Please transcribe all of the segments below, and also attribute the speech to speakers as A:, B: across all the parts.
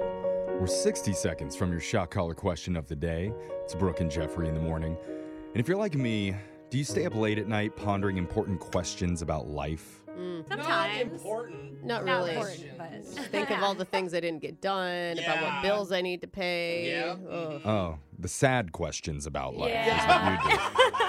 A: We're 60 seconds from your shot caller question of the day. It's Brooke and Jeffrey in the morning. And if you're like me, do you stay up late at night pondering important questions about life?
B: Mm,
C: Not
D: Sometimes.
C: important.
B: not
D: Not
B: really.
D: important, but
B: Think of all the things I didn't get done, about
C: Yeah.
B: what bills I need to pay.
C: Yep.
B: Ugh.
A: Oh, the sad questions about life
D: Yeah.
A: is what you do.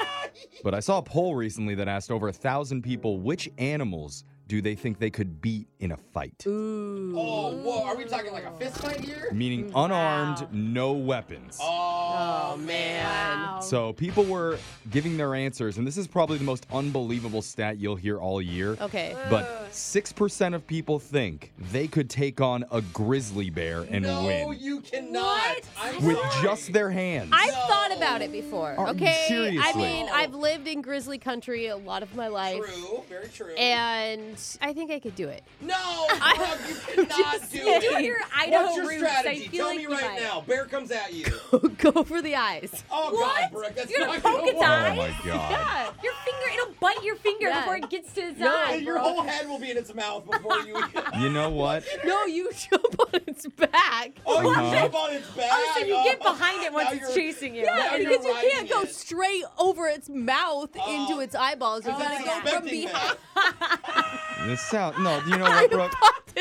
A: But I saw a poll recently that asked over a thousand people which animals do they think they could beat in a fight?
B: Ooh.
C: Oh, whoa. Are we talking like a fist fight here?
A: Meaning
D: Wow.
A: unarmed, no weapons.
C: Oh,
B: Oh,
C: man.
D: Wow.
A: So people were giving their answers, and this is probably the most unbelievable stat you'll hear all year.
B: Okay.
A: But 6% of people think they could take on a grizzly bear and
C: no,
A: win
C: you cannot.
D: What?
C: I'm
A: with
C: sorry.
A: just their hands.
B: I've
C: No.
B: thought about it before.
A: Are you
B: okay. I
A: seriously?
B: mean, I've lived in grizzly country a lot of my life.
C: True, very true.
B: And I think I could do it.
C: no, Brooke, Oh, you cannot do
D: Do
C: it.
D: your Idaho
C: What's your
D: roots.
C: strategy?
D: I feel
C: Tell
D: like
C: me
D: you
C: right
D: might.
C: now. Bear comes at you.
B: Go for the eyes.
C: Oh God,
D: What?
C: Brooke, that's
D: You're gonna
C: not
D: poke its
C: work.
A: eye?
D: eyes?
A: Oh, my God.
D: Yeah, your finger. It'll bite your finger
B: Yeah.
D: before it gets to his
B: No,
D: eye.
C: Your
D: bro.
C: whole head will be in its mouth before you.
A: you know what?
B: No, you jump on its back.
C: oh, you
A: Uh-huh.
C: jump on its back.
D: Oh, so you get
C: Oh,
D: behind it
C: now
D: once
C: you're-
D: it's chasing you.
C: Yeah. Now you're
B: because you can't
C: riding
B: go
C: it.
B: straight over its mouth
C: Oh.
B: into its eyeballs. You
C: I was
B: gotta go from
C: expecting
B: behind.
C: that.
A: This sound. No, you know what, Brooke?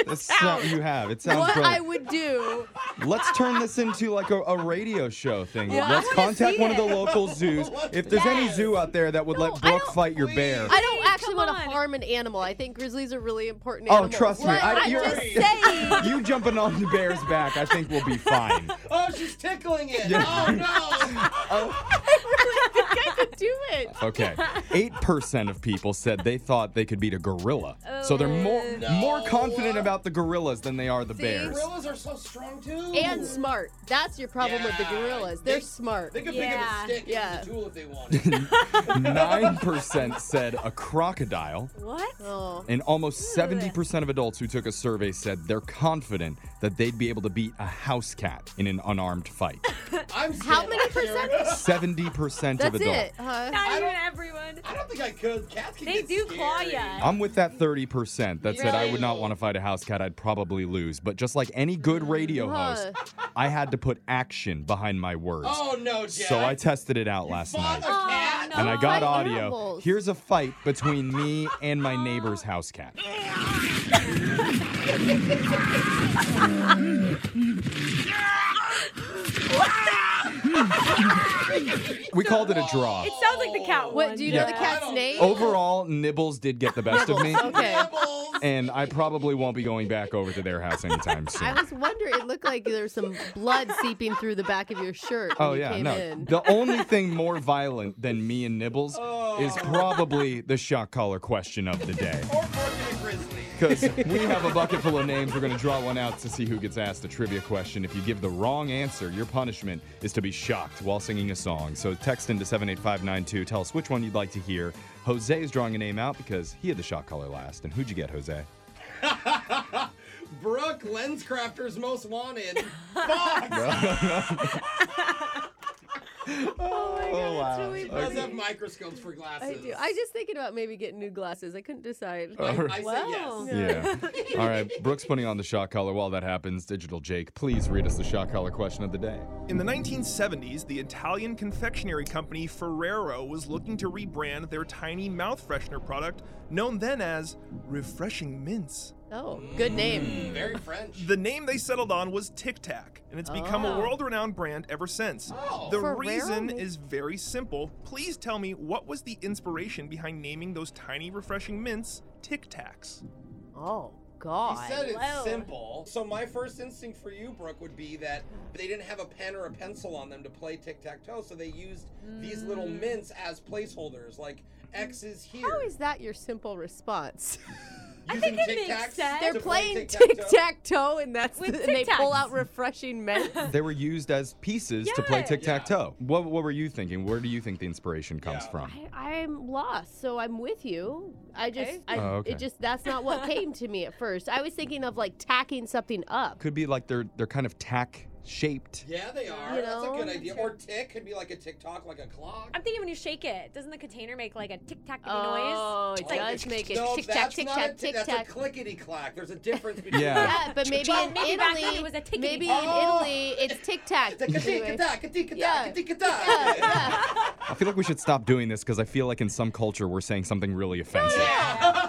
A: The sound you have. It sounds
B: What
A: brilliant.
B: I would do.
A: Let's turn this into like a, a radio show thing.
B: Yeah.
A: Let's
B: I wanna
A: contact
B: see
A: one of the
B: it.
A: local zoos. If there's any
D: Yes.
A: zoo out there that would
B: No,
A: let
B: I
A: Brooke
B: don't-
A: fight your
C: please.
A: bear,
B: I don't
D: Please,
B: actually
D: come
B: want to
D: on.
B: harm an animal. I think grizzlies are really important
A: Oh,
B: animals.
A: trust me,
B: What?
A: I-
B: I'm
A: you're-
B: just saying.
A: you jumping on the bear's back, I think we'll be fine.
C: Oh, she's tickling it.
A: Yeah. Oh.
C: Oh no.
B: I could do it.
A: Okay. 8% of people said they thought they could beat a gorilla. So they're more
C: No.
A: more confident about the gorillas than they are the bears.
C: Gorillas are so strong too.
B: And smart. That's your problem with the
C: Yeah.
B: gorillas. They're
C: They-
B: smart.
C: They could
D: Yeah.
C: pick up a stick
B: Yeah.
C: and use a tool if they wanted.
A: 9% said a crocodile.
D: What?
B: oh.
A: And almost 70% of adults who took a survey said they're confident that they'd be able to beat a house cat in an unarmed fight.
C: I'm
B: How
C: scared.
B: many percent?
A: 70% of
B: That's
A: adults.
B: it. Huh?
D: Not
C: I
D: even
C: don't-
D: everyone.
C: I don't think I could. Cats can
D: They
C: get
D: do claw
C: scary.
D: ya.
A: I'm with that 30% that said I would not
C: Really?
A: want to fight a house cat. I'd probably lose. But just like any good radio
C: Mm,
A: host, I had to put action behind my words.
C: Oh no, Jack.
A: so I tested it out last
C: Fought
A: night.
C: a cat.
D: no.
A: And I
B: Oh,
A: got
B: my
A: audio.
B: apples.
A: Here's a fight between me and my neighbor's house cat. we called it a draw.
D: It sounds like the
C: Oh.
D: cat.
B: What,
D: one.
B: do you
A: Oh. Yeah.
B: know the
C: cat-
B: cat's name?
A: Overall, Nibbles did get the best of me.
B: Okay.
C: Nibbles.
A: And I probably won't be going back over to their house anytime soon.
B: I was wondering. It looked like there was some blood seeping through the back of your shirt. When
A: Oh
B: you
A: yeah,
B: came
A: no.
B: In.
A: The only thing more violent than me and Nibbles is probably the shock collar question of the day.
C: Or Morgan a grizzly.
A: Because we have a bucket full of names. We're going to draw one out to see who gets asked a trivia question. If you give the wrong answer, your punishment is to be shocked while singing a song. So text into 78592. Tell us which one you'd like to hear. Jose is drawing a name out because he had the shock collar last. And who'd you get, Jose?
C: Brooke, Lenscrafters Most Wanted. Fox.
B: Oh my
A: Oh,
B: god,
A: wow.
B: it's really
A: Okay.
C: Does have
B: funny.
C: microscopes for glasses.
B: I do. I was just thinking about maybe getting new glasses. I couldn't decide.
C: I,
A: All
C: I
A: right.
C: say
D: Wow.
C: yes.
A: Yeah. All right. Brooks putting on the shock collar. While that happens, Digital Jake, please read us the shock collar question of the day.
E: In the 1970s, the Italian confectionery company Ferrero was looking to rebrand their tiny mouth freshener product, known then as Refreshing Mints.
B: Oh, good name.
C: Mm, Very French.
E: The name they settled on was Tic Tac, and it's become
B: Oh.
E: a world renowned brand ever since.
C: Oh.
E: The
B: Ferrero
E: reason
B: makes-
E: is very simple. Please tell me what was the inspiration behind naming those tiny refreshing mints Tic Tacs?
B: Oh
C: He
B: god.
C: said it's
D: Wow.
C: simple. So my first instinct for you, Brooke, would be that they didn't have a pen or a pencil on them to play tic-tac-toe, so they used these little
B: Mm.
C: mints as placeholders, like X is here.
B: How is that your simple response?
D: I think
C: Using
D: it makes
C: tic-tacs
D: sense.
B: They're
C: to
B: playing
C: play
B: tic
C: tic-tac-toe?
B: tac toe, and that's
D: With
B: the, and they pull
D: tic-tacs.
B: out refreshing men.
A: They were used as pieces to play
D: Yeah.
A: tic tac toe. What, what were you thinking? Where do you think the inspiration comes
C: Yeah.
A: from?
B: I, I'm lost, so I'm with you. I just,
D: Okay.
B: I,
A: Oh, okay.
B: it just that's not what came to me at first. I was thinking of like tacking something up.
A: Could be like they're they're kind of tack shaped.
C: Yeah, they are.
B: You
C: That's a
B: know?
C: good idea. Or tick could be like a tick tock, like a clock.
F: I'm thinking when you shake it, doesn't the container make like a tic tac noise?
D: Oh, it
F: It's like-
D: does make it
C: no,
D: tick tack,
C: that's
D: tick
C: not a
D: tack,
C: tick.
D: tick
C: That's
D: tack.
C: a clickety clack. There's a difference between.
A: Yeah.
B: Yeah, but maybe
F: Well,
B: in
F: maybe back
B: Italy,
F: then it was a tickety.
B: maybe
C: Oh.
B: in Italy, it's tic tac.
C: Ticka ticka
B: anyway.
C: tack, ticka
B: Yeah.
C: tack, ticka
B: Yeah,
C: tack.
B: yeah.
A: I feel like we should stop doing this because I feel like in some culture we're saying something really offensive.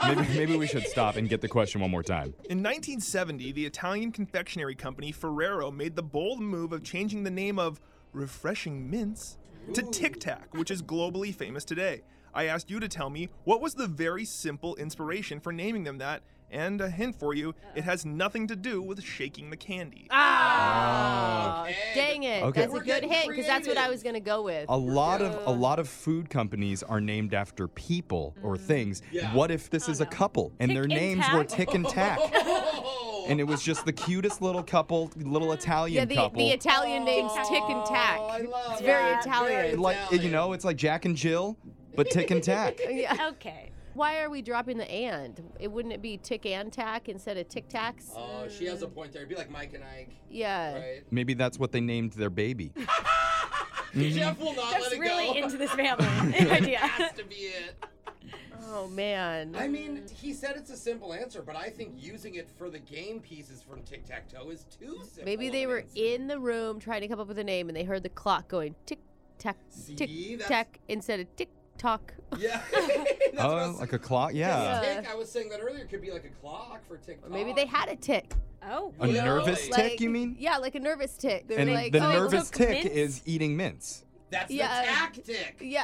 A: Maybe, maybe we should stop and get the question one more time.
E: In 1970, the Italian confectionery company Ferrero made the bold move of changing the name of refreshing mints to Tic Tac, which is globally famous today. I asked you to tell me what was the very simple inspiration for naming them that, and a hint for you, it has nothing to do with shaking the candy.
B: Ah, dang it.
A: Okay.
B: That's
A: We're
B: a good
C: getting
B: hint because that's what I
C: creative.
B: was going to go with.
A: A lot of a lot of food companies are named after people or things.
C: Mm. Yeah.
A: What if this is a couple and
F: Tick
A: their
F: and
A: names were
F: tack.
A: Tick and Tack,
C: Oh.
A: and it was just the cutest little couple, little Italian
B: yeah, the,
A: couple.
B: the Italian name's Tick and Tack.
C: Oh, I love
B: It's
C: it.
B: very
C: Yeah.
B: Italian.
A: like you know, it's like Jack and Jill, but Tick and Tack.
B: Yeah.
F: Okay.
B: Why are we dropping the and? It wouldn't it be tick and tack instead of tic tacs?
C: Oh, she has a point there. It'd be like Mike and Ike,
B: yeah.
C: right?
A: Maybe that's what they named their baby.
C: Jeff will not let
F: Jeff's
C: it
F: really
C: go.
F: into this family idea.
C: has to be it.
B: Oh man.
C: I mean, he said it's a simple answer, but I think using it for the game pieces from Tic Tac Toe is too simple.
B: Maybe they
C: of an
B: were
C: answer.
B: in the room trying to come up with a name and they heard the clock going tick tack tick
C: See, that's-
B: tack instead of tick tock.
C: Yeah. That's what I
A: Oh,
C: was-
A: like a clock.
C: Yeah.
A: Yeah.
C: Tick, I was saying that earlier, could be like a clock for Tic Tac.
B: Maybe they had a tick.
F: Oh.
A: A
C: Yeah.
A: nervous
C: Like-
A: tick, you mean?
B: Yeah, like a nervous tick. They're
A: And
B: like,
A: the
B: oh,
A: nervous
F: took
A: tick
F: mints?
A: is eating mints.
C: That's
B: Yeah.
C: the tactic.
B: yeah.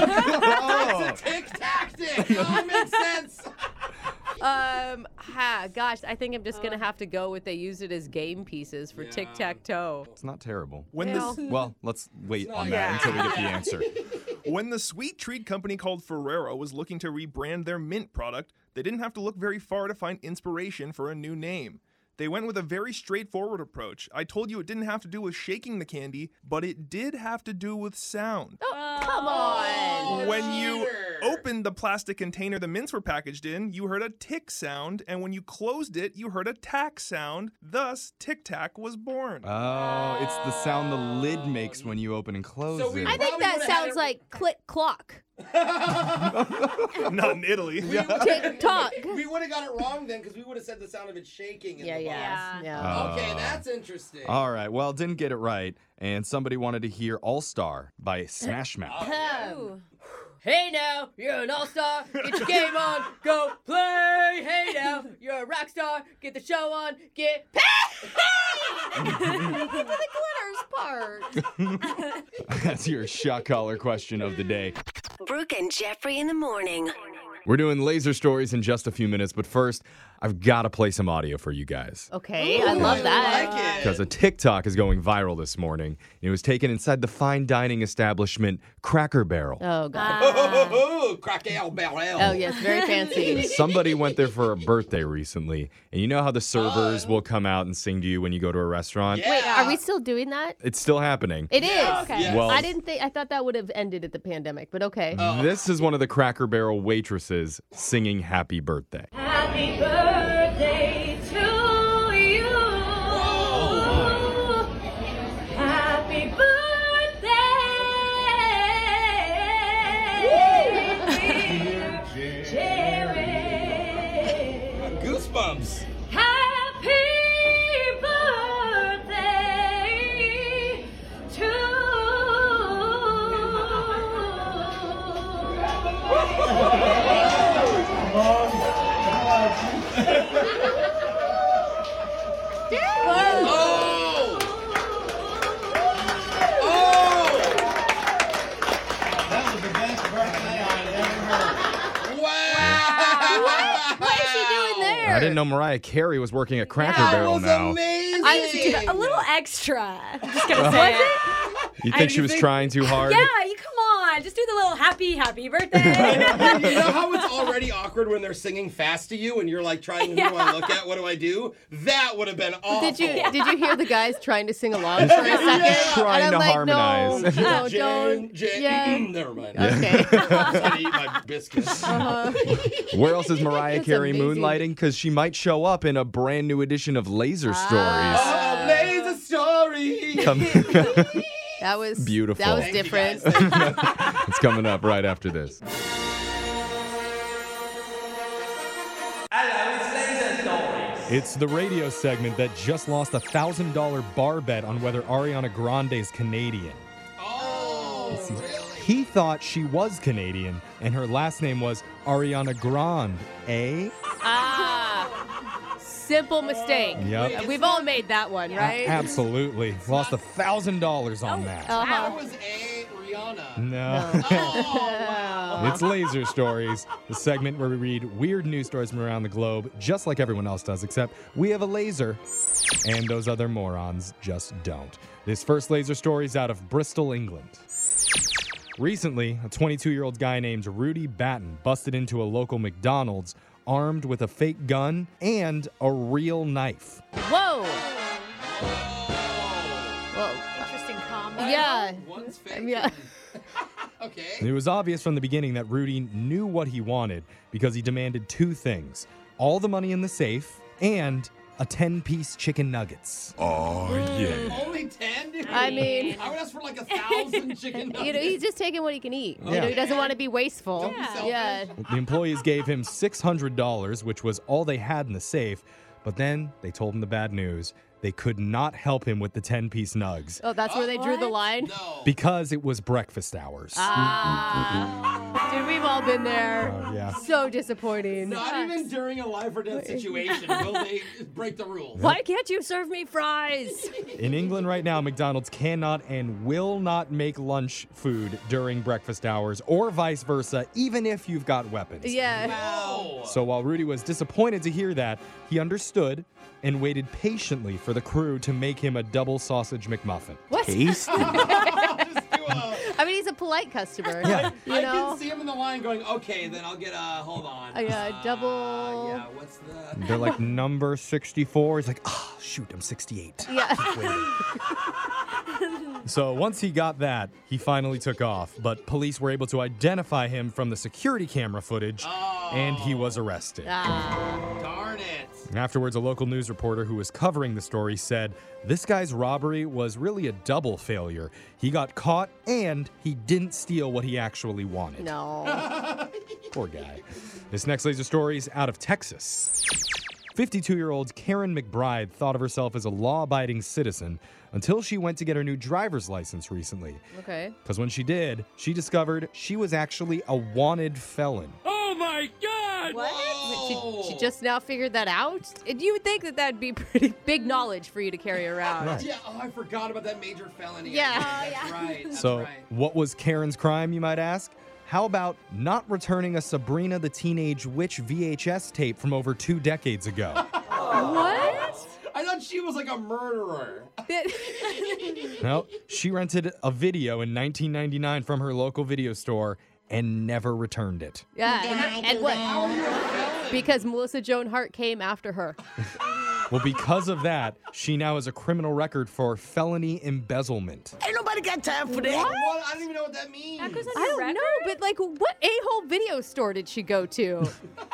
A: oh,
C: Tic tactic. Oh, it makes sense.
B: Um, ha, gosh, I think I'm just
D: Uh.
B: gonna have to go with they use it as game pieces for
C: Yeah.
B: tic tac toe.
A: it's not terrible.
E: When the,
B: Well.
A: Well, let's wait
C: not-
A: on that until we get the answer.
E: Oh, When the sweet treat company called Ferrero was looking to rebrand their mint product, they didn't have to look very far to find inspiration for a new name. They went with a very straightforward approach. I told you it didn't have to do with shaking the candy, but it did have to do with sound.
B: Oh, Come
F: Oh.
A: Oh,
B: on.
E: when you
C: cheater.
E: opened the plastic container the mints were packaged in, you heard a tick sound, and when you closed it, you heard a tack sound. Thus, Tic Tac was born.
A: Oh, it's the sound the lid makes when you open and close
C: So we-
A: it.
B: I think
C: Probably
B: that
C: would've had
B: sounds
C: it-
B: like click clock.
E: Not in Italy.
B: Tick tock.
C: We would have got it wrong then because we would have said the sound of it shaking. in
B: Yeah,
C: the box.
B: yeah,
F: Yeah.
B: yeah.
A: Uh,
C: Okay, that's interesting.
A: All right. Well, didn't get it right, and somebody wanted to hear "All Star" by Smash Mouth.
B: Um, hey now, you're an all star. Get your game on, go play. Hey now, you're a rock star. Get the show on, get paid. Look at the glitters part.
A: That's your shot collar question of the day.
G: Brooke and Jeffrey in the morning.
A: We're doing laser stories in just a few minutes, but first, I've got to play some audio for you guys.
B: Okay, I love that.
C: I like
A: Because
C: it.
A: a TikTok is going viral this morning. It was taken inside the fine dining establishment Cracker Barrel.
B: Oh god.
C: Oh, oh, oh, oh, crack ale, barrel.
B: Oh yes, very fancy.
A: Somebody went there for a birthday recently, and you know how the servers will come out and sing to you when you go to a restaurant?
C: Yeah.
B: Wait, are we still doing that?
A: It's still happening.
B: It is. Okay.
C: Yes. Oh.
A: Well-
B: I didn't think. I thought that would have ended at the pandemic, but okay.
A: This is one of the Cracker Barrel waitresses singing happy birthday.
D: Happy birthday to you. Happy birthday. Jerry.
C: Goosebumps.
D: Happy birthday to
C: Oh! Oh!
H: That was the best birthday I'd ever heard.
C: Wow!
B: What is she doing there?
A: I didn't know Mariah Carey was working at Cracker
C: That
A: Barrel
C: was
A: now.
C: amazing.
F: A little extra. I'm just gonna say it.
A: You think she was trying too hard?
F: Yeah, you come on. Just do the little happy, happy birthday.
C: you know how it's already awkward when they're singing fast to you and you're like trying, who do I look at? What do I do? That would have been awful.
B: Did you did you hear the guys trying to sing along for a second?
C: Yeah.
A: Trying
B: and I'm
A: to
B: like,
A: harmonize.
B: No, no,
C: Jane,
B: don't.
C: Jane,
B: Yeah.
C: never mind.
B: Okay. Uh,
C: I'm just gonna eat my biscuits.
A: Where else is Mariah
B: That's
A: Carey
B: amazing.
A: moonlighting? Because she might show up in a brand new edition of Laser Stories.
C: Oh, laser sorry.
A: Come-
B: That was
A: Beautiful.
B: That was
C: Thank you,
B: different.
C: guys. Thank you.
A: it's coming up right after this. It's the radio segment that just lost a thousand dollar bar bet on whether Ariana Grande's Canadian.
C: oh, really?
A: He thought she was Canadian and her last name was Ariana Grande, eh?
I: Ah, simple mistake.
A: Yep.
I: We've all made that one, right?
A: Absolutely. Lost a thousand dollars
C: Oh.
A: on that.
C: That
B: Uh-huh.
C: was a Rihanna.
A: No.
C: Oh, wow.
A: It's Laser Stories, the segment where we read weird news stories from around the globe, just like everyone else does, except we have a laser, and those other morons just don't. This first laser story is out of Bristol, England. Recently, a 22 year old guy named Rudy Batten busted into a local McDonald's armed with a fake gun and a real knife.
I: Whoa.
B: Whoa.
D: Interesting combo.
B: Yeah.
C: One's fake.
B: Yeah.
C: Okay.
A: It was obvious from the beginning that Rudy knew what he wanted because he demanded two things all the money in the safe and a 10 piece chicken nuggets.
C: Only 10? Dude.
B: I mean,
C: I would ask for like a thousand chicken nuggets.
B: you know, he's just taking what he can eat. You know,
A: Yeah.
B: he doesn't want to be wasteful.
C: Don't be selfish.
B: yeah.
A: The employees gave him $600, which was all they had in the safe, but then they told him the bad news. They could not help him with the 10 piece nugs
B: Oh, that's where they drew the
D: What?
B: line.
C: No.
A: because it was breakfast hours.
B: Ah. Dude, we've all been there.
A: Oh, yeah.
B: So disappointing.
C: Not even during a life or death situation will they break the rules.
D: Why can't you serve me fries?
A: In England right now, McDonald's cannot and will not make lunch food during breakfast hours or vice versa, even if you've got weapons.
B: Yeah.
C: Wow.
A: So while Rudy was disappointed to hear that, he understood and waited patiently for the crew to make him a double sausage McMuffin.
B: What?
C: Just do a-
B: I mean, he's a polite customer.
A: Yeah.
B: You
C: I
B: know?
C: can see him in the line going, okay, then I'll get a, hold on.
B: I got a
C: Uh,
B: double-
C: yeah, what's the.
A: They're like number 64. He's like, ah, shoot, I'm 68.
B: Yeah.
A: So once he got that, he finally took off. But police were able to identify him from the security camera footage,
B: Oh.
A: and he was arrested.
C: Darn it.
A: Afterwards, a local news reporter who was covering the story said, This guy's robbery was really a double failure. He got caught and he didn't steal what he actually wanted.
B: No.
A: Poor guy. This next laser story is out of Texas. 52 year old Karen McBride thought of herself as a law abiding citizen until she went to get her new driver's license recently.
B: Okay.
A: Because when she did, she discovered she was actually a wanted felon.
B: What? She,
C: Whoa.
B: she just now figured that out? And you would think that that'd be pretty big knowledge for you to carry around.
A: Right.
C: Yeah, oh, I forgot about that major felony.
B: Yeah.
C: That's right. That's
A: So,
C: right.
A: what was Karen's crime, you might ask? How about not returning a Sabrina the Teenage Witch VHS tape from over two decades ago?
B: What?
C: I thought she was like a murderer.
A: no, she rented a video in 1999 from her local video store and never returned it.
B: yeah. And, and what? Because Melissa Joan Hart came after her.
A: Well, because of that, she now has a criminal record for felony embezzlement.
C: What? I don't even know what that means.
B: I don't know, but like, what a hole video store did she go to?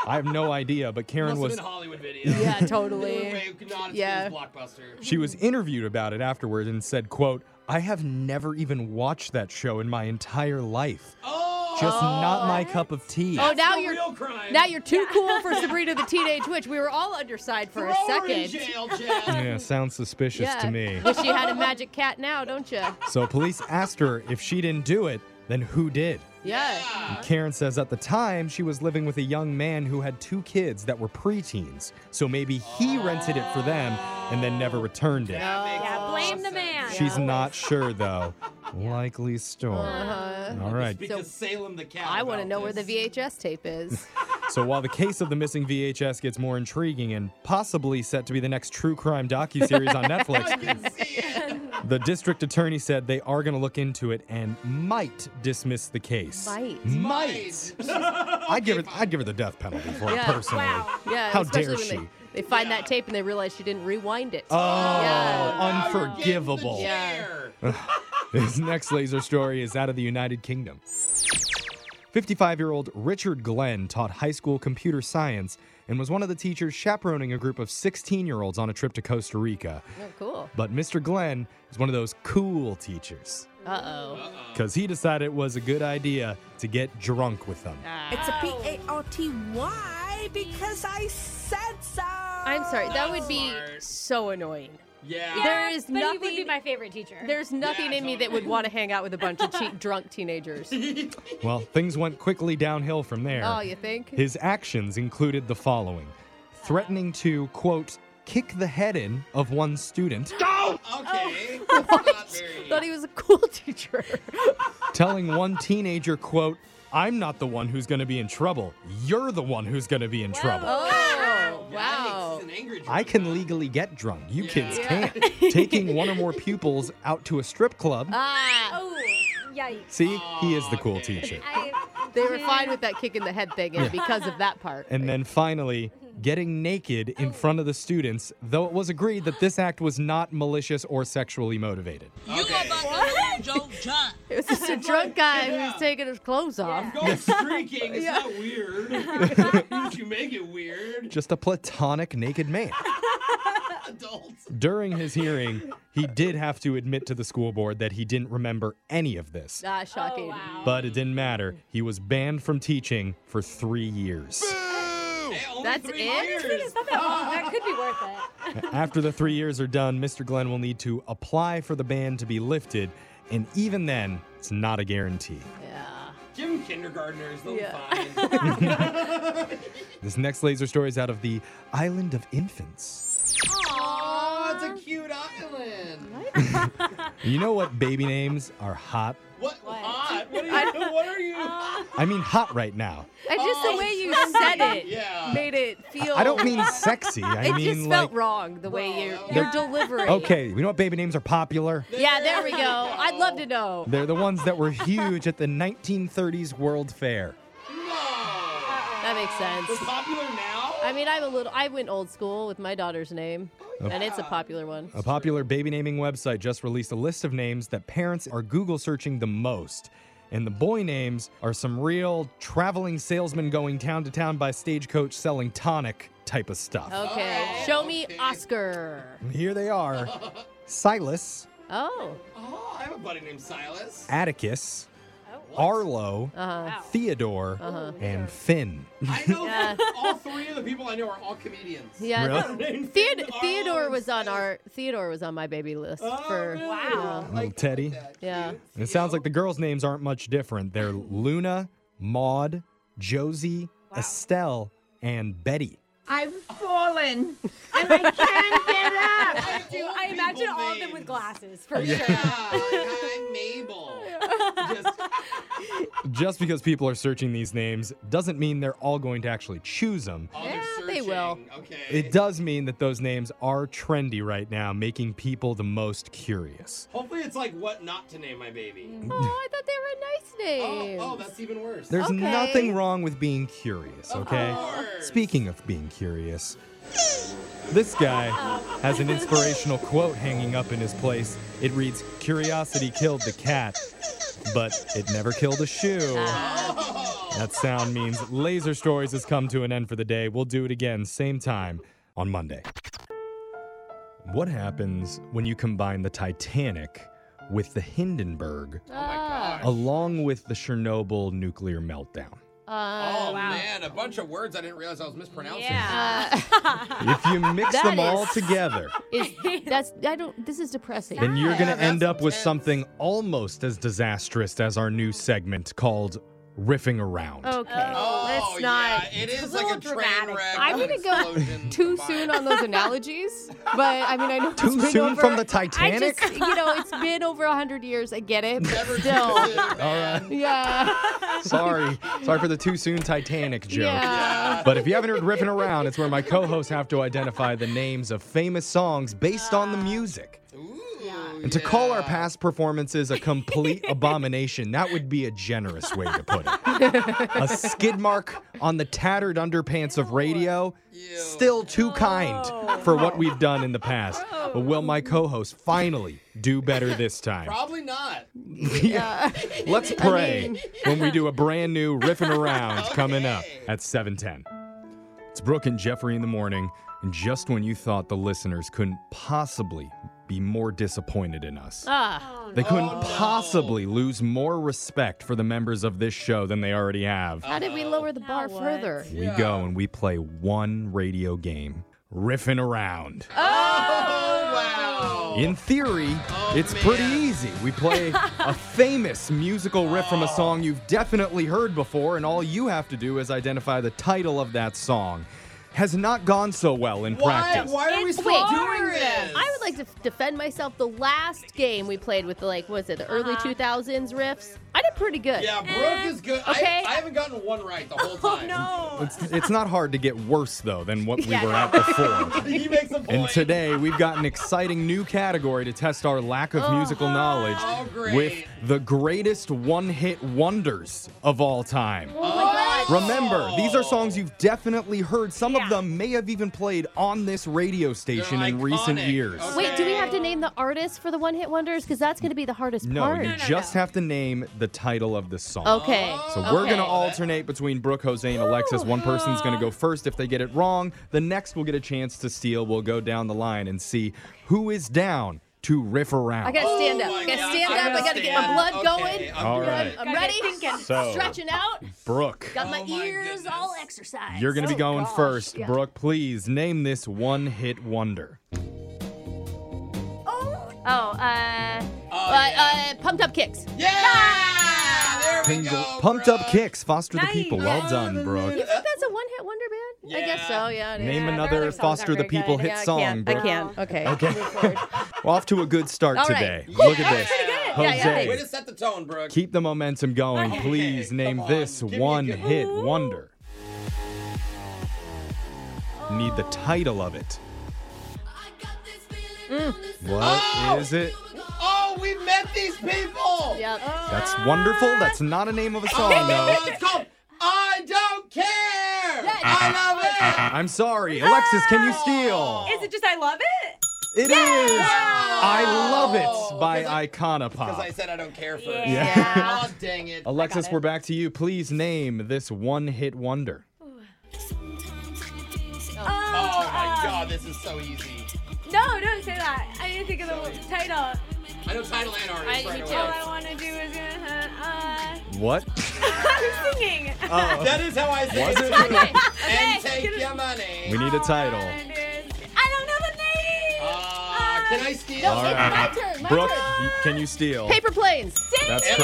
A: I have no idea, but Karen
C: Must have
A: was
C: been a Hollywood video.
B: yeah,
C: Way-
B: totally.
C: Not as
B: Yeah.
C: yeah. blockbuster.
A: she was interviewed about it afterward and said, quote, I have never even watched that show in my entire life.
C: Oh,
A: Just not my cup of tea.
B: Oh, now
C: the
B: you're
C: real crime.
B: now you're too cool for Sabrina the Teenage Witch. We were all underside for
C: Throw
B: a
C: her in
B: second.
C: jail, Chad.
A: Yeah, sounds suspicious to me.
B: Wish you had a magic cat now, don't you?
A: So police asked her if she didn't do it, then who did?
B: Yeah.
A: Karen says at the time she was living with a young man who had two kids that were preteens. So maybe he rented it for them and then never returned it.
D: Yeah, blame the man.
A: She's not sure though. Likely story.
B: Uh,
A: All right.
C: Because Salem the cat.
B: I want to
C: about
B: know where the
C: this.
B: VHS tape is.
A: So while the case of the missing VHS gets more intriguing and possibly set to be the next true crime docuseries on Netflix,
C: See it.
A: the district attorney said they are going to look into it and might dismiss the case.
B: Might.
A: Might. I'd give it. I'd give her the death penalty for it
B: Yeah.
A: personally.
B: Yeah.
A: How
B: especially
A: dare
B: when
A: she?
B: They, they find that tape and they realize she didn't rewind it.
A: Oh,
B: Yeah.
A: unforgivable.
B: Yeah.
A: This next laser story is out of the United Kingdom. 55 year old Richard Glenn taught high school computer science and and was one of the teachers chaperoning a group of 16 year olds on a trip to Costa Rica.
B: Oh, cool.
A: But Mr. Glenn is one of those cool teachers
B: Uh oh.
A: because he decided it was a good idea to get drunk with them.
J: It's a P A R T Y because I said so.
B: I'm sorry. That would be so annoying.
C: Yeah.
B: There is
D: but he would be
B: nothing.
D: my favorite teacher.
B: There's nothing
C: Yeah,
B: in me that would
C: totally.
B: want to hang out with a bunch of cheap, drunk teenagers.
A: Well, things went quickly downhill from there.
B: Oh, you think?
A: His actions included the following threatening to, quote, kick the head in of one student,
C: Okay. That's not very.
B: Oh. Thought he was a cool teacher.
A: telling one teenager, quote, I'm not the one who's going to be in trouble. You're the one who's going to be in trouble.
B: Oh,
C: Yikes,
B: wow.
C: it's an angry drunk.
A: I can legally get drunk. You kids
B: Yeah.
A: can't. Taking one or more pupils out to a strip club.
B: Ah,
D: oh, yikes.
A: See, he is the cool
C: Okay.
A: teacher.
D: I,
B: they were fine with that kick in the head thing and because of that part.
A: And then finally, getting naked in front of the students, though it was agreed that this act was not malicious or sexually motivated.
C: Okay.
B: it was just a drunk guy who was taking his clothes off.
C: Go streaking. It's not weird. If you make it weird.
A: Just a platonic naked man.
C: Adults.
A: During his hearing, he did have to admit to the school board that he didn't remember any of this.
B: Ah, shocking.
D: Oh,
A: But it didn't matter. He was banned from teaching for three years.
B: Uh,
C: Hey, only
B: That's
C: three
B: it?
C: years.
D: that could be worth it.
A: After the three years are done, Mr. Glenn will need to apply for the ban to be lifted, and even then, it's not a guarantee.
C: Give them kindergartners. They'll be fine.
A: This next laser story is out of the Island of Infants.
C: Aw, Oh, it's a cute island.
A: You know what baby names are hot?
C: What? Hot? What are you? What are you?
A: I mean, hot right now.
B: And just the way you said it
C: Oh. yeah.
B: made it feel.
A: I don't mean sexy. I
B: It
A: mean,
B: just
A: like.
B: felt wrong the way you
C: Well,
B: your delivery.
A: Okay, you know what baby names are popular?
B: Yeah, there we go. I'd love to know.
A: They're the ones that were huge at the 1930s World Fair.
C: No.
B: That makes
C: They're
B: sense.
C: popular now.
B: I mean, I'm a little. I went old school with my daughter's name,
C: Oh,
B: and it's a popular one.
A: A popular baby naming website just released a list of names that parents are Google searching the most. And the boy names are some real traveling salesman going town to town by stagecoach selling tonic type of stuff.
B: Okay,
C: Oh,
B: show me
C: okay.
B: Oscar.
A: And Here they are Silas,
B: Oh,
C: Oh, I have a buddy named Silas.
A: Atticus,
C: Oh, What? Uh-huh.
A: Arlo, Theodore, and Finn.
C: I know
B: Yeah.
C: all three of the people I know are all comedians.
B: yeah.
A: Really?
B: no.
C: Named
B: Theod-
C: Finn, Arlo,
B: Theodore was on
C: and
B: our Theodore was on my baby list
C: Silas. Oh,
B: for
C: really?
B: yeah.
A: Little Teddy.
B: Yeah.
A: It sounds like the girls' names aren't much different. They're Luna, Maud, Josie, Estelle, and Betty.
K: I've fallen and I can't get up.
D: Dude, I imagine all of them with glasses for sure.
C: Yeah, like, I'm Mabel. Just,
A: Just because people are searching these names doesn't mean they're all going to actually choose them.
C: oh,
B: Yeah,
C: they're
B: they will.
C: searching. Okay.
A: It does mean that those names are trendy right now, making people the most curious.
C: Hopefully, it's like what not to name my baby.
B: Oh,
D: Mm.
B: I thought they were nice
C: Oh,
B: names.
C: oh, that's even worse.
A: There's
B: Okay.
A: nothing wrong with being curious,
C: Of
A: okay?
C: course.
A: Speaking of being curious, this guy has an inspirational quote hanging up in his place. It reads, Curiosity killed the cat, but it never killed a shoe.
C: Oh.
A: That sound means Laser Stories has come to an end for the day. We'll do it again, same time, on Monday. What happens when you combine the Titanic with the Hindenburg
B: Oh
C: Oh
A: Oh, along with the Chernobyl nuclear meltdown?
B: Uh,
C: Oh man, a bunch of words I didn't realize I was mispronouncing.
B: uh,
A: If you mix
B: That
A: them all
B: is-
A: together,
B: is that's I don't. This is depressing.
A: then you're going
C: Yeah,
A: to end
C: that's
A: up with
C: intense.
A: something almost as disastrous as our new segment called Riffing Around.
B: okay.
C: Oh,
B: Let's not.
C: Yeah, it
D: a
C: is like a
D: little
C: train
D: dramatic.
C: wreck. Oh,
B: I'm
C: of
B: gonna go
C: explosion
B: Too
C: combined.
B: soon on those analogies, but I mean I know. it's
A: Too
B: been
A: soon
B: over-
A: from the
B: I
A: Titanic?
B: just, you know, it's been over hundred years. I get it, but
C: Never too
B: still. uh,
C: soon, man.
B: Yeah.
A: Sorry. Sorry for the too soon Titanic joke.
B: Yeah.
A: But if you haven't heard Riffing Around, it's where my co hosts have to identify the names of famous songs based on the music.
C: Ooh,
A: And to call our
C: yeah.
A: past performances a complete abomination, that would be a generous way to put it. a skid mark on the tattered underpants of radio, still too kind for what we've done in the past. But will my co host finally do better this time?
C: Probably not.
A: Let's pray when we do a brand new riffing around coming up at 710. It's Brooke and Jeffrey in the morning, and just when you thought the listeners couldn't possibly be more disappointed in us.
C: Oh.
B: Ah.
A: They couldn't possibly lose more respect for the members of this show than they already have.
B: How did we lower the bar further?
A: We go and we play one radio game, riffing around.
C: oh, Wow.
A: In theory,
C: Oh,
A: it's pretty easy. We play a famous musical riff from a
C: Oh.
A: song you've definitely heard before, and all you have to do is identify the title of that song. Has not gone so well in
C: Why?
A: practice.
C: Why are we
B: It's
C: still
B: hard.
C: doing this?
B: I would like to f- defend myself. The last game we played with, the, like, was it the early 2000s riffs? I did pretty good.
C: Yeah, Brooke is good.
B: Okay.
C: I, I haven't gotten one right the whole time.
J: No.
A: It's, it's not hard to get worse, though, than what we were at before.
C: he makes a point.
A: And today, we've got an exciting new category to test our lack of musical knowledge
C: Oh, great.
A: with the greatest one hit wonders of all time.
B: Oh
C: Oh,
A: Remember, these are songs you've definitely heard. Some of them may have even played on this radio station
C: They're
A: in recent
C: iconic. Oh,
A: years.
C: Okay.
B: Wait, do we have to name the artist for the one hit wonders? Because that's going to be the hardest
A: No,
B: part.
A: you just have to name the title of the song.
B: Okay.
A: So we're
B: okay.
A: gonna alternate between Brooke, Jose, and Alexis. One person's gonna go first. If they get it wrong, the next will get a chance to steal. We'll go down the line and see who is down to riff around.
B: I gotta stand
C: Oh
B: up.
C: my
B: I gotta
C: God,
B: stand
C: I
B: up. I
C: gotta
B: gotta get my
C: stand
B: blood
C: up. Okay,
B: going.
C: I'm
A: All
B: I'm ready.
A: right.
B: I'm ready.
A: So-
B: Stretching out.
A: Brooke,
B: Got my
C: Oh my
B: ears
C: goodness.
B: all exercised.
A: you're gonna be
B: Oh,
A: going
B: gosh.
A: first.
B: Yeah.
A: Brooke, please name this one-hit wonder.
B: Oh, uh,
C: Oh,
B: uh,
C: yeah.
B: uh, pumped up kicks.
C: yeah. There we
A: Tingle-
C: go.
A: pumped
C: Brooke.
A: up kicks, foster the people. Well done, Brooke.
B: You think that's a one hit wonder band? I guess so, yeah.
A: Name
B: yeah,
A: another
B: their other songs aren't
A: Foster the
B: very
A: People
B: good.
A: hit
B: Yeah, I
A: song,
B: can't.
A: bro.
B: I can't. Okay.
A: Okay. Off to a good start
B: All
A: today.
B: right.
A: Look at this.
B: Yeah,
A: Jose,
B: yeah,
C: Way to set the tone, Brooke.
A: keep the momentum going.
C: Okay,
A: Please
C: come
A: name
C: on.
A: this
C: Give me a
A: one
C: good-
A: hit wonder.
B: Oh.
A: Need the title of it. What
B: Mm.
C: Oh!
A: is it?
C: Oh, we met these people.
B: Yep.
A: That's wonderful. That's not a name of a
C: Oh,
A: song, though.
C: it's called I don't care. I love it.
A: I'm sorry. Alexis, can you steal?
D: Is it just I love it?
A: It is I Love
C: Oh,
A: It by
C: 'cause I- Because I
A: Iconopop.
C: said I don't care first.
D: Yeah.
A: Yeah.
C: Oh, dang it.
A: Alexis, we're back to you. Please name this one hit wonder.
C: Oh my god, this is so easy.
D: No, don't say that. I didn't think of the title.
C: I know title and artist
B: I-
C: right
B: me
C: away.
B: too.
D: All I want to do is uh,
A: What?
D: uh, I'm singing.
A: Oh,
C: That is how I say
A: Was
C: it.
A: it?
C: too.
D: Okay,
C: And take
D: get it.
C: your money.
A: we need a title.
D: I don't know the name. Uh,
C: Ah, can I steal?
B: All
A: All
B: It's
A: right.
B: my turn, my
A: Brooke,
B: turn.
A: you- can you steal?
B: Paper planes.
A: That's
C: MIA,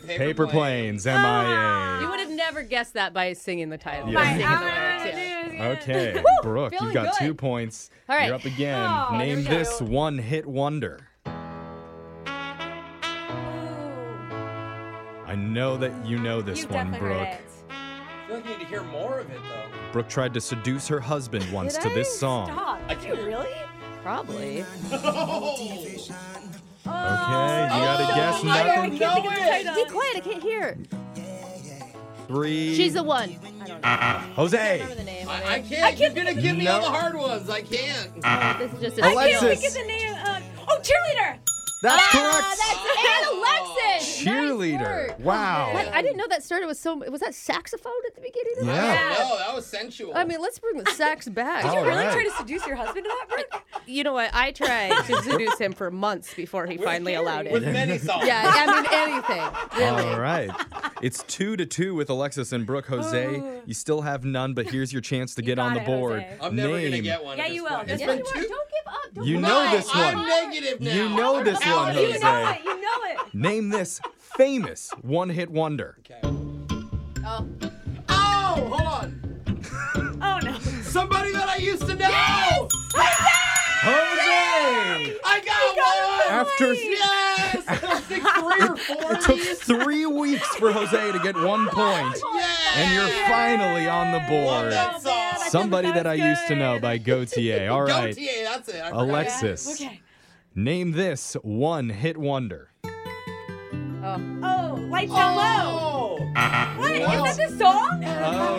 A: correct.
C: Paper,
A: Paper
C: plane.
A: planes, MIA.
B: You would have never guessed that by singing the title.
A: Yeah.
B: By singing the
D: All I
B: lyrics,
D: wanna
B: yeah.
D: do is gonna-
A: Okay, Brooke, you've
B: feeling
A: got
B: good.
A: two points.
B: All right.
A: You're up again.
D: Oh, here
A: Name
D: we
A: this
D: go.
A: one hit wonder.
D: Ooh,
A: I know that you know this
D: you
A: one,
D: definitely heard
A: Brooke.
D: it.
C: I feel like you need to hear more of it though.
A: Brooke tried to seduce her husband once
B: Did
A: to
B: I?
A: this song.
D: Stop. Did you really?
B: Probably.
A: Okay,
B: Oh,
A: you gotta guess
C: I
A: nothing.
C: don't know it.
B: Be quiet, I can't hear.
A: Three.
B: She's the one. Remember
A: Jose.
B: the name.
C: I, I can't. I can't. You're gonna give me all
A: No.
C: the hard ones. I can't.
B: This is just a
D: I can't think of
A: Alexis.
D: the name. Of, oh, cheerleader.
A: That's
B: Ah,
A: correct.
B: that's and Alexis.
A: Cheerleader.
B: Nice work.
A: Wow.
B: What? I didn't know that started with so. Was that saxophone at the beginning? Of
A: Yeah.
B: That?
C: No, that was sensual.
B: I mean, let's bring the sax back.
A: Did you All
D: Really
A: right.
D: try to seduce your husband to that, Brooke?
B: You know what? I tried to seduce him for months before he finally allowed
C: with
B: it.
C: many songs.
B: Yeah, I mean anything. Really.
A: All right. It's two to two with Alexis and Brooke. Jose, you still have none, but here's your chance to get on
D: got
A: the
D: it,
A: board.
D: Jose.
C: I'm never gonna
A: Name.
C: get one.
D: Yeah,
C: at this
D: you will.
C: point. It's
D: Yeah,
C: been
D: you will.
C: two.
D: Don't give up. Don't
A: You
D: give
A: know
D: up.
A: this
C: I'm
A: one.
C: negative now.
A: You know this
C: How
A: one,
C: do you
A: Jose.
C: know
D: You know it.
A: Name this famous one-hit wonder.
C: Okay.
B: Oh.
C: Oh, hold on.
D: Oh no.
C: Somebody that I used to know.
A: Jose!
C: I got
A: After
C: one. Yes. I think three or four.
A: it took three weeks for Jose to get one point,
C: Yes.
A: and you're finally on the
C: Love
A: board.
C: that song.
A: Somebody that I used to know by Gautier. All right,
C: Gautier, that's it. I forgot.
A: Alexis,
D: Okay.
A: name this one-hit wonder.
D: Oh, lights down low.
C: Oh. Uh,
D: What? Is that the song?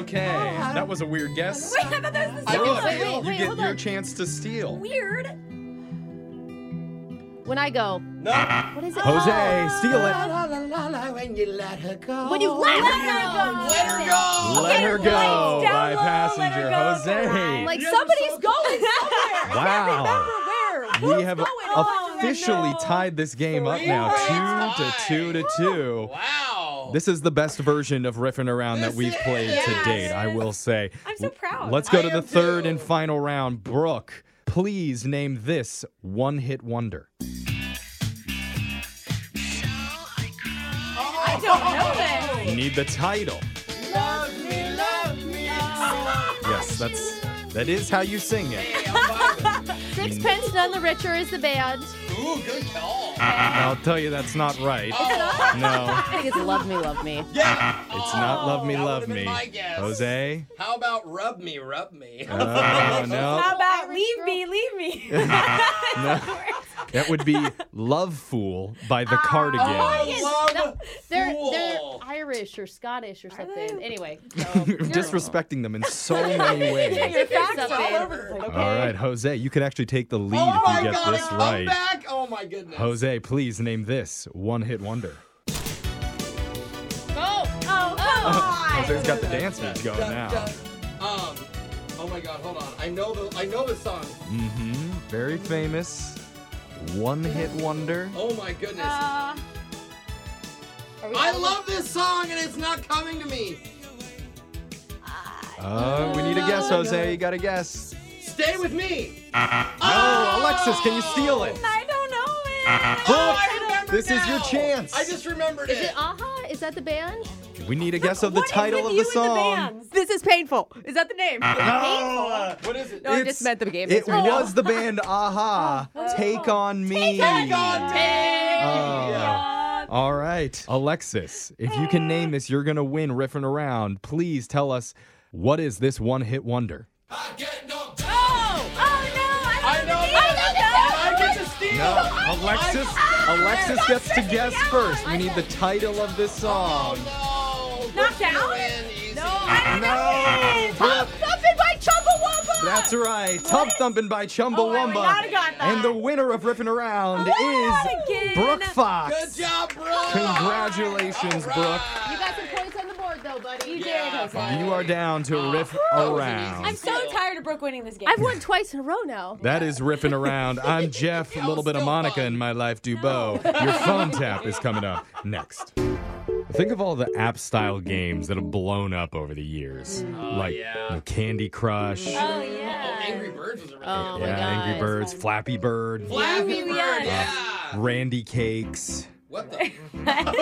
A: Okay, that was a weird guess.
D: Wait, I thought that was the
C: I
D: song.
C: don't
A: Brooke,
B: wait, wait,
A: you
B: wait,
A: get
B: hold
A: your
B: on.
A: chance to steal.
D: Weird.
B: When I go,
C: No.
B: What is it?
A: Jose,
B: called?
A: steal it.
C: when you let her go.
B: When you let her go.
C: Let her go.
A: Let her go
D: down
A: by
D: low, let
A: passenger
D: her go,
A: Jose.
B: Like
C: You're
B: somebody's
C: so-
B: going somewhere.
A: wow.
B: Who's
A: We have
B: going on?
A: officially tied this game up
C: Three
A: now,
C: points
A: two to
C: tied.
A: two to two.
C: Wow.
A: This is the best version of riffing around that
C: This
A: we've played
C: is.
A: to date, I will say.
D: I'm so proud.
A: Let's go
C: I
A: to the
C: am
A: third
C: too.
A: and final round. Brooke, please name this one hit wonder.
D: I don't know
A: You need the title.
C: Love me, love me.
A: Yes, that's that is how you sing it.
C: Hey, I'm vibing.
B: Sixpence None the Richer is the band.
C: Ooh, good call.
A: I'll tell you that's not right. No.
B: I think it's Love Me, Love Me.
C: Yeah. Oh,
A: It's not love me,
C: That
A: love
C: would've
A: me.
C: been my guess.
A: Jose?
C: How about rub me, rub me?
A: Oh,
D: that.
A: no.
D: How about leave me, leave me?
C: Uh-uh.
A: No. That would be Love Fool by
C: Ah.
A: the Cardigans.
C: Love
B: No, they're, they're
C: Fool.
B: Irish or Scottish or something.
D: they?
B: Anyway, so
A: Disrespecting them in so many ways.
B: Your facts
D: Something.
B: all over.
A: All right, Jose, you can actually take the lead
C: Oh
A: if
C: my
A: you get
C: god,
A: this
C: a
A: right.
C: comeback? Oh my goodness.
A: Jose, please name this one hit wonder.
D: Oh, oh, oh.
A: Jose's got the dance moves going
C: Dun,
A: now.
C: dun. Um, oh my god, hold on. I know the I know the song.
A: hmm Very famous. One hit wonder.
C: Oh my goodness.
D: Uh,
B: Are we-
C: I love this song and it's not coming to me.
A: Uh, we need a
D: Oh,
A: guess, Jose. You got a guess.
C: Stay with me.
A: No, Alexis, can you steal it?
D: I don't know it.
A: Brooke,
C: Oh, I remember
A: this is your
C: now.
A: chance.
C: I just remembered
B: Is it Aha? Is that the band?
A: We need a guess of the
D: What is
A: title
D: with
A: of
D: you
A: the
D: and
A: song.
D: bands? This is painful. Is that the name?
A: No,
C: what is it?
D: No, I just meant the game.
A: It was the band Aha.
D: Oh.
A: Take on me.
C: God dang.
A: Oh.
D: Yeah.
A: All right, Alexis. If you can name this, you're gonna win riffing around. Please tell us what is this one-hit wonder?
D: Oh, oh no! Oh, I
C: I
D: don't
C: know.
D: know.
C: that.
D: I
C: And I
D: don't
C: get to steal.
A: Alexis. Alexis gets to guess first. We need the title of this song.
C: Oh no.
D: Knocked
C: Brooke's gonna
D: out?
C: win easy.
D: No.
A: No,
D: Top something by Chumbawamba.
A: Oh, that's right. Tub thumping
D: Oh,
A: by
D: would not have
A: Chumbawamba.
D: got that.
A: And the winner of riffing around
D: Oh,
A: is
D: again.
A: Brooke Fox.
C: Good job, Brooke.
A: Congratulations,
C: All
A: Brooke.
C: right.
B: You got some points on the board, though, buddy. You
C: Yeah,
B: did.
C: fine.
A: You are down to riff
C: was an
A: around.
D: I'm so tired of Brooke winning this game.
B: I've won twice in a row now.
A: That is riffing around. I'm Jeff, a little bit of
C: still
A: Monica
C: fun.
A: in my life, Dubow. Your phone tap is coming up next. Think of all the app style games that have blown up over the years. like
C: Oh, yeah.
A: Candy Crush,
D: Oh yeah.
C: Angry Birds was a really
B: Oh my
A: yeah,
B: god.
A: Angry Birds, Flappy Bird, Uh,
C: Flappy Bird,
D: yes.
C: yeah.
A: Randy Cakes.
C: What the?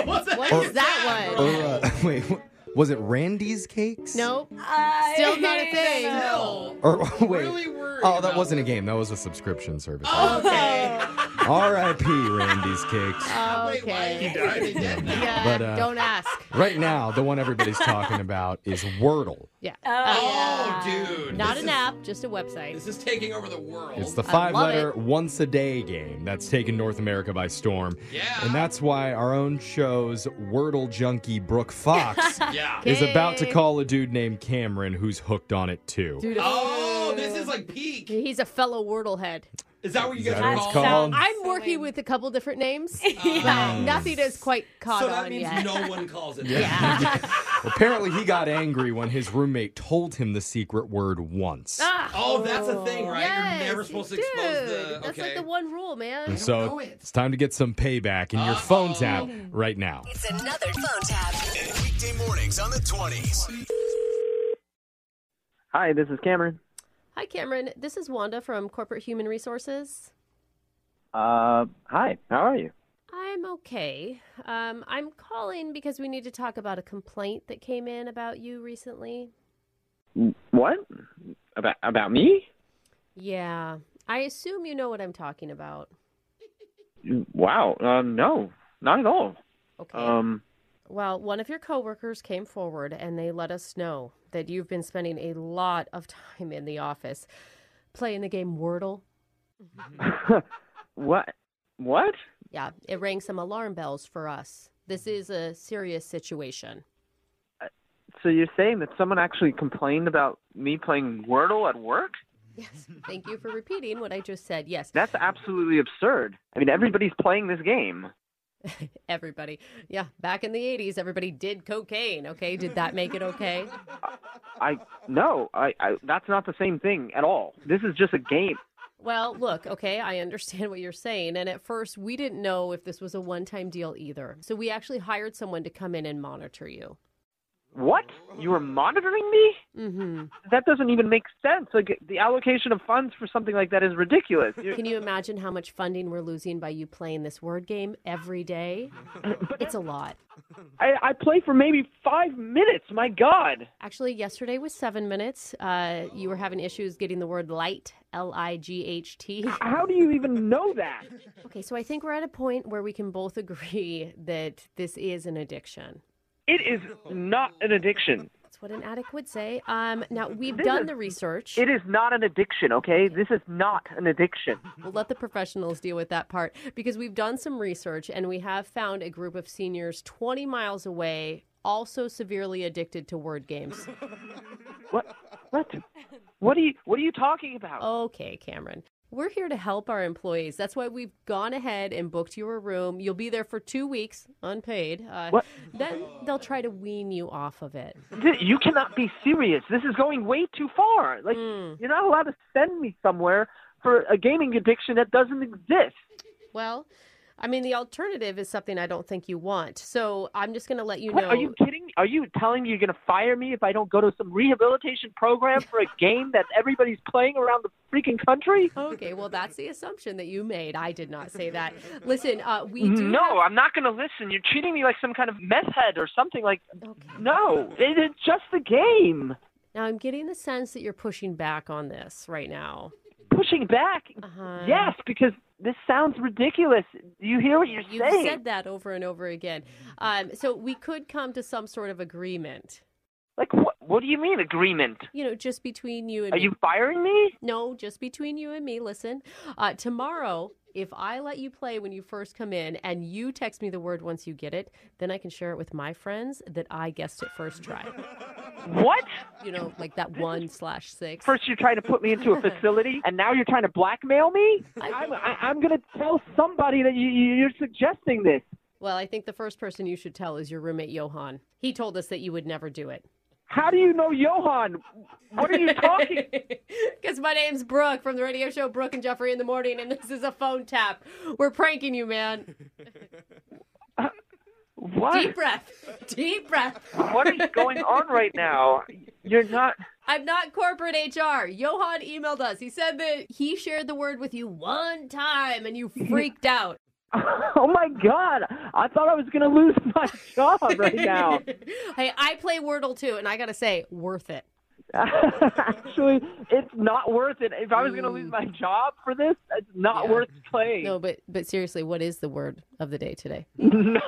C: What's that?
B: What is that one?
A: Uh, wait, wh- was it Randy's Cakes?
B: Nope.
D: I-
B: Still not a thing.
C: No.
A: Or wait.
C: Really worried
A: Oh, that
C: about Oh.
A: wasn't a
C: that.
A: game. That was a subscription service.
C: Okay.
A: R.I.P. Randy's Cakes.
C: Wait, why?
B: Okay.
C: I already did that.
B: Yeah,
A: But, uh,
B: don't ask.
A: Right now, the one everybody's talking about is Wordle.
B: Yeah. Uh,
C: Oh, dude.
B: Not
C: this
B: an
C: is-
B: app, just a website.
C: This is taking over the world.
A: It's the
B: I
A: five
B: love
A: letter
B: it.
A: once a day game that's taken North America by storm.
C: Yeah.
A: And that's why our own show's Wordle junkie Brooke Fox
C: yeah.
A: is about to
B: Okay.
A: call a dude named Cameron who's hooked on it too.
C: Oh, this is like peak.
B: He's a fellow Wordle head.
C: Is that what you
A: Is
C: guys
A: that
C: are
A: what it's
C: calling?
A: called?
B: I'm
D: So
B: working
D: lame.
B: with a couple different names,
C: Yeah.
B: but nothing is quite caught
C: So
B: on
C: that means
B: yet.
C: no one calls it.
A: Apparently, he got angry when his roommate told him the secret word once.
B: Ah,
C: Oh, that's a thing, right?
B: yes,
C: You're never supposed to
B: dude,
C: expose the. Okay.
B: That's like the one rule, man.
A: And so
C: know it.
A: it's time to get some payback in your phone
C: Uh-oh.
A: tap
B: Oh.
A: right now.
G: It's another phone tap.
L: Weekday mornings on the 20s.
M: Hi, this is Cameron.
B: Hi, Cameron. This is Wanda from Corporate Human Resources.
M: Uh, hi, how are you?
B: I'm okay. Um, I'm calling because we need to talk about a complaint that came in about you recently.
M: What? About about me?
B: Yeah, I assume you know what I'm talking about.
M: Wow. Uh, no, not at all.
B: Okay.
M: Um,
B: Well, one of your coworkers came forward and they let us know that you've been spending a lot of time in the office playing the game Wordle.
M: what? What?
B: Yeah, it rang some alarm bells for us. This is a serious situation.
M: So you're saying that someone actually complained about me playing Wordle at work?
B: Yes. Thank you for repeating what I just said. Yes.
M: That's absolutely absurd. I mean, everybody's playing this game.
B: Everybody. Yeah. Back in the 80s, everybody did cocaine. Okay. Did that make it okay?
M: I no, I, I that's not the same thing at all. This is just a game.
B: Well, look, okay, I understand what you're saying. And at first, we didn't know if this was a one time deal either. So we actually hired someone to come in and monitor you.
M: What? You were monitoring me?
B: Mm-hmm.
M: That doesn't even make sense. Like the allocation of funds for something like that is ridiculous. You-
B: Can you imagine how much funding we're losing by you playing this word game every day? It's a lot.
M: I, I play for maybe five minutes. My God.
B: Actually, yesterday was seven minutes. Uh, you were having issues getting the word light, L I G H T.
M: How do you even know that?
B: Okay, so I think we're at a point where we can both agree that this is an addiction.
M: It is not an addiction.
B: That's what an addict would say. Um, now, we've done the research.
M: It is not an addiction, okay? This is not an addiction.
B: We'll let the professionals deal with that part because we've done some research and we have found a group of seniors 20 miles away also severely addicted to word games.
M: What? What? What are you? What are you talking about?
B: Okay, Cameron. We're here to help our employees. That's why we've gone ahead and booked you a room. You'll be there for two weeks, unpaid. Uh,
M: What?
B: Then they'll try to wean you off of it.
M: Th- You cannot be serious. This is going way too far. Like
B: Hmm.
M: you're not allowed to send me somewhere for a gaming addiction that doesn't exist.
B: Well, I mean, the alternative is something I don't think you want. So I'm just going to let you
M: What,
B: know.
M: Are you kidding? me? Are you telling me you're going to fire me if I don't go to some rehabilitation program for a game that everybody's playing around the freaking country?
B: Okay, well, that's the assumption that you made. I did not say that. Listen, uh, we do.
M: No,
B: have-
M: I'm not going to listen. You're treating me like some kind of meth head or something like. No, it is just the game.
B: Now, I'm getting the sense that you're pushing back on this right now.
M: Pushing back.
B: Uh-huh.
M: Yes, because this sounds ridiculous. Do you hear what you're
B: You've
M: saying?
B: said that over and over again. Um, so we could come to some sort of agreement,
M: Like what? What do you mean agreement?
B: you know, just between you and
M: Are
B: me.
M: you firing me?
B: No, just between you and me. Listen, uh, tomorrow, if I let you play when you first come in and you text me the word once you get it, then I can share it with my friends that I guessed it first try.
M: What?
B: You know, like that one slash six.
M: First, you're trying to put me into a facility, and now you're trying to blackmail me. I'm, I, I'm gonna tell somebody that you, you- you're suggesting this.
B: Well, I think the first person you should tell is your roommate, Johan. He told us that you would never do it.
M: How do you know Johan? What are you talking?
B: Because my name's Brooke from the radio show Brooke and Jeffrey in the Morning, and this is a phone tap. We're pranking you, man.
M: What?
B: Deep breath. Deep breath.
M: What is going on right now? You're not.
B: I'm not corporate HR. Johan emailed us. He said that he shared the word with you one time and you freaked out.
M: Oh my God! I thought I was gonna lose my job right now.
B: hey, I play Wordle too, and I got to say, worth it.
M: Actually, it's not worth it. If I was gonna lose my job for this, it's not worth playing.
B: No, but but seriously, what is the word of the day today?
M: No,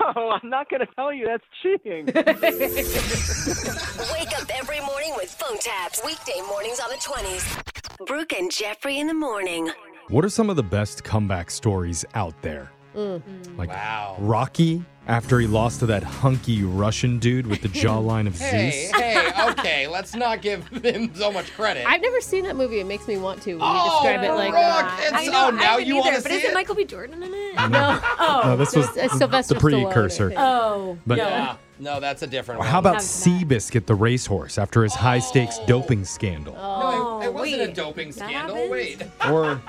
M: I'm not gonna tell you. That's cheating.
G: Wake up every morning with phone taps. Weekday mornings on the 20s. Brooke and Jeffrey in the morning.
A: What are some of the best comeback stories out there?
B: Mm.
A: Like Rocky after he lost to that hunky Russian dude with the jawline of
C: Hey,
A: Zeus.
C: hey, okay, let's not give him so much credit.
B: I've never seen that movie. It makes me want to. When you
C: Oh,
B: describe it like
C: Brooke,
B: that.
C: it's- I know, oh, I now wouldn't you wanna either,
D: but
C: see
D: isn't
C: it?
D: Michael B. Jordan in it?
A: No.
D: Oh,
A: No, this was
B: it's
A: the-
B: Sylvester
A: the
B: Stallone, I
A: precursor.
B: think.
D: Oh,
A: But-
C: yeah, Uh, no, that's a different one.
A: How about Seabiscuit, the racehorse, after his high stakes doping scandal?
B: Oh,
C: No, it, it wasn't a doping scandal. Wait.
A: Or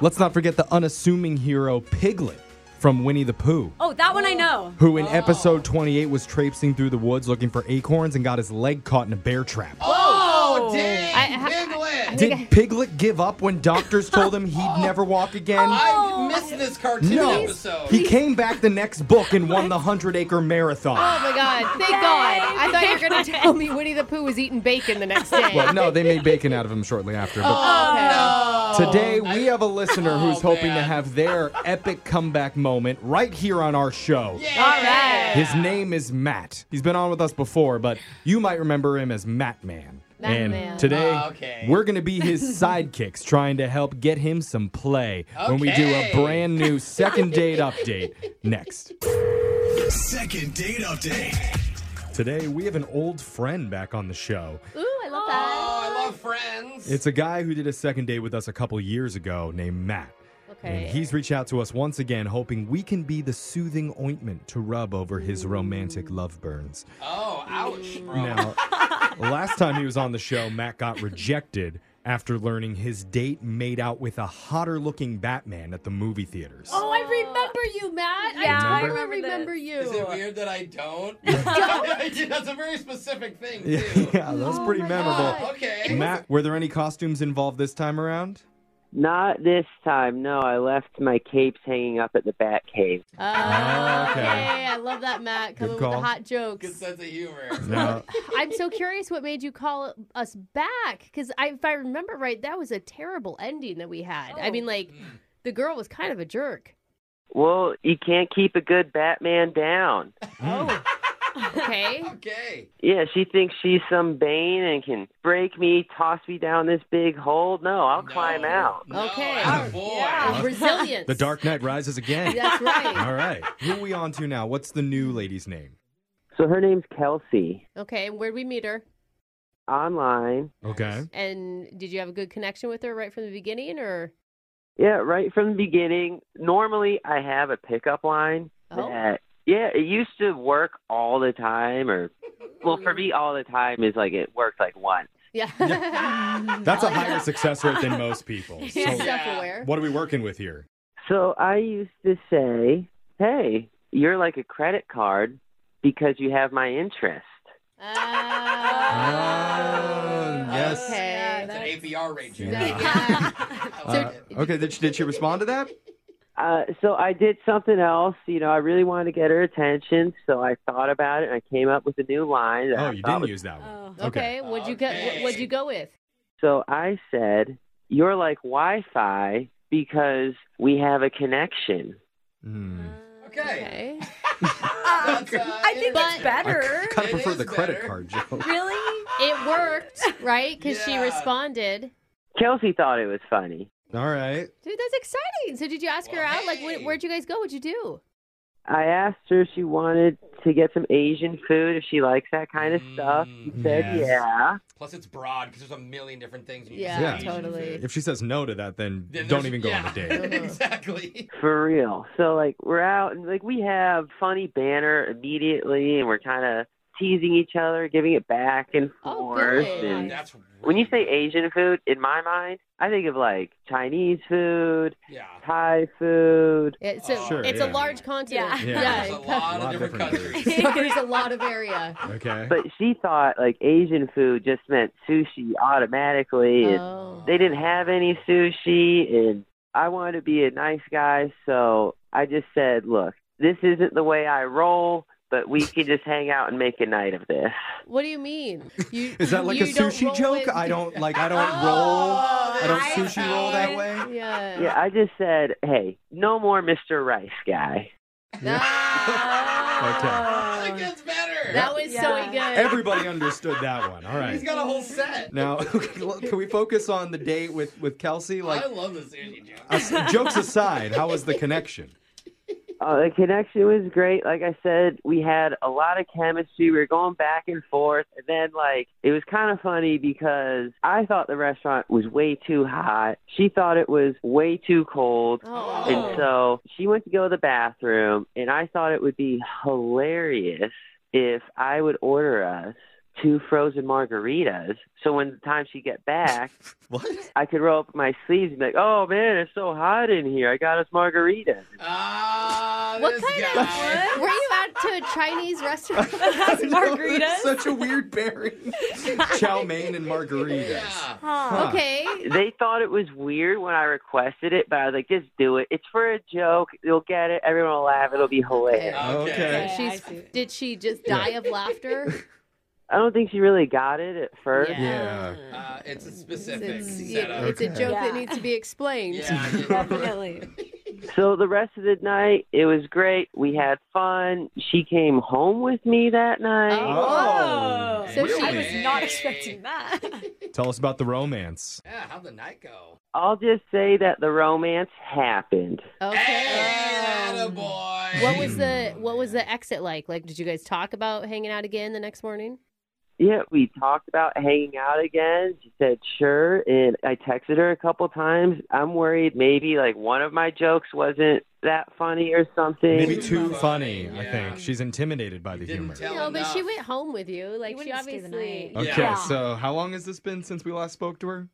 A: let's not forget the unassuming hero Piglet from Winnie the Pooh,
D: Oh, that one I know.
A: who
B: Oh.
A: in episode 28 was traipsing through the woods looking for acorns and got his leg caught in a bear trap.
C: Oh, dang,
D: I- I-
C: Piglet!
A: Did Piglet give up when doctors told him he'd never walk again?
B: Oh.
C: I missed this cartoon
A: No.
C: episode.
A: He came back the next book and won the 100 acre marathon.
B: Oh my God! Thank God! I thought you were going to tell me Winnie the Pooh was eating bacon the next day.
A: Well, no, they made bacon out of him shortly after. But
B: Oh,
A: today we have a
C: Oh,
A: listener who's hoping to have their epic comeback moment right here on our show.
B: All right.
A: His name is Matt. He's been on with us before, but you might remember him as Matt Man.
B: Matt
A: and
B: Man.
A: today
C: Oh, okay.
A: we're going to be his sidekicks trying to help get him some play when we do a
C: Okay.
A: brand new second date update next.
L: Second date update.
A: Today we have an old friend back on the show.
B: Ooh, I love that.
C: Oh, I love Hello, friends.
A: It's a guy who did a second date with us a couple years ago named Matt.
B: Okay.
A: And he's reached out to us once again, hoping we can be the soothing ointment to rub over his romantic love burns.
C: Oh,
B: Mm.
C: ouch, bro.
A: Now, last time he was on the show, Matt got rejected after learning his date made out with a hotter looking Batman at the movie theaters.
B: Oh, I remember you, Matt.
A: Yeah,
B: I
A: I
B: totally
A: remember
B: remember,
C: this.
B: you.
C: Is it weird that I don't? That's a very specific thing, too.
A: yeah, that's pretty memorable.
C: Oh, okay.
A: Matt, were there any costumes involved this time around?
N: Not this time. No, I left my capes hanging up at the Bat Cave.
B: Oh,
A: okay.
B: okay. I love that, Matt. Coming with the
N: call.
B: hot jokes.
C: Good sense of humor.
A: No.
B: I'm so curious what made you call us back because I, if I remember right, that was a terrible ending that we had.
C: Oh.
B: I mean, like,
C: Hmm.
B: the girl was kind of a jerk.
N: Well, you can't keep a good Batman down.
B: Okay.
C: okay.
N: Yeah, she thinks she's some Bane and can break me, toss me down this big hole. No, I'll climb out.
B: Okay.
C: boy.
B: Yeah. Resilience.
A: The Dark Knight Rises again.
B: That's right.
A: All right. Who are we on to now? What's the new lady's name?
N: So her name's Kelsey.
B: Okay. And where'd we meet her?
N: Online.
A: Okay.
B: And did you have a good connection with her right from the beginning, or
N: Yeah, right from the beginning. Normally, I have a pickup line.
B: Oh.
N: That, yeah, it used to work all the time, or well, for me, all the time is like it worked like once.
B: yeah?
A: That's a higher success rate than most people. So
B: She's self-aware.
A: what are we working with here?
N: So I used to say, "Hey, you're like a credit card because you have my interest."
A: Ah, yes.
B: Okay.
C: Uh, It's an APR rate, Jim.
A: Uh, okay, did she, did she respond to that?
N: Uh, so I did something else. You know, I really wanted to get her attention, so I thought about it and I came up with a new line. that
A: Oh,
N: I
A: you
N: thought
A: didn't
N: was-
A: use that one.
B: Okay. What'd
C: Uh,
B: you go?
C: Okay.
B: What'd you go with?
N: So I said, "You're like Wi-Fi because we have a connection."
C: Okay. uh,
J: I think it's better.
A: I prefer the credit card joke.
J: Really?
B: It worked, right? Because she responded.
N: Kelsey thought it was funny.
A: All right.
B: Dude, that's exciting. So did you ask her out? Like, wh- where'd you guys go? What'd you do?
N: I asked her if she wanted to get some Asian food, if she likes that kind
B: Mm,
N: of stuff. She said,
A: yes.
N: yeah.
C: Plus, it's broad because there's a million different things. You
B: Yeah,
C: can say.
B: totally.
A: If she says no to that, then
C: Then
A: don't
C: there's-
A: even go on
C: yeah.
A: a date.
C: exactly.
N: For real. So, like, we're out and, like, we have funny banner immediately, and we're kind of teasing each other, giving it back and
B: Oh,
N: forth. and
C: That's
N: when you say Asian food, in my mind, I think of, like, Chinese food,
C: yeah.
N: Thai food.
B: It's a,
N: Sure,
B: it's
N: yeah.
B: a large continent.
N: Yeah.
B: Yeah.
N: Yeah.
C: Uh, There's a lot of different countries.
B: Covers a lot of area.
A: Okay.
N: But she thought, like, Asian food just meant sushi automatically. and
B: Oh.
N: they didn't have any sushi and I wanted to be a nice guy, so I just said, "Look, this isn't the way I roll, but we can just hang out and make a night of this."
B: What do you mean? You,
A: Is that like a
B: you don't
A: sushi
B: roll Oh,
A: joke?
B: with-
A: I don't like. I don't roll. I don't sushi roll that way.
B: Yeah.
N: Yeah, I just said, "Hey, no more Mr. Rice guy."
A: Oh, Okay.
C: That Ah, gets better.
B: That was so good.
A: Everybody understood that one. All
C: He's
A: right.
C: got a whole set.
A: Now, can we focus on the date with with Kelsey? Like,
C: I love this Asian joke.
A: as- jokes aside, how was the connection?
N: Uh, the connection was great. Like I said, we had a lot of chemistry. We were going back and forth, and then like it was kind of funny because I thought the restaurant was way too hot. She thought it was way too cold. And so she went to go to the bathroom, and I thought it would be hilarious if I would order us two frozen margaritas. So when the time she get back,
A: what?
N: I could roll up my sleeves and be like, "Oh man, it's so hot in here. I got us margaritas."
C: Uh,
B: What kind of? Were you out to a Chinese restaurant? That's
A: It's Such a weird pairing. Chow mein and margaritas. Huh.
B: Okay.
N: They thought it was weird when I requested it, but I was like, "Just do it. It's for a joke. You'll get it. Everyone will laugh. It'll be hilarious."
A: Okay.
B: She's, did she just die of laughter?
N: I don't think she really got it at first.
B: Yeah.
C: Uh, it's a specific
B: It's,
C: setup.
B: Mm, it's a joke that needs to be explained.
C: Yeah,
B: Definitely.
N: So the rest of the night, it was great. We had fun. She came home with me that night.
A: Oh,
B: So she
A: really?
B: was
C: not expecting
B: that.
A: Tell us about the romance.
C: Yeah, how'd the night go?
N: I'll just say that the romance happened.
B: Okay. What was the what was the exit like? Like, did you guys talk about hanging out again the next morning?
N: yeah, we talked about hanging out again. She said, sure. And I texted her a couple times. I'm worried maybe like one of my jokes wasn't that funny or something.
A: Maybe too funny, I think. She's intimidated by the humor.
B: No, but she went home with you. Like she obviously.
A: Okay, so how long has this been since we last spoke to her?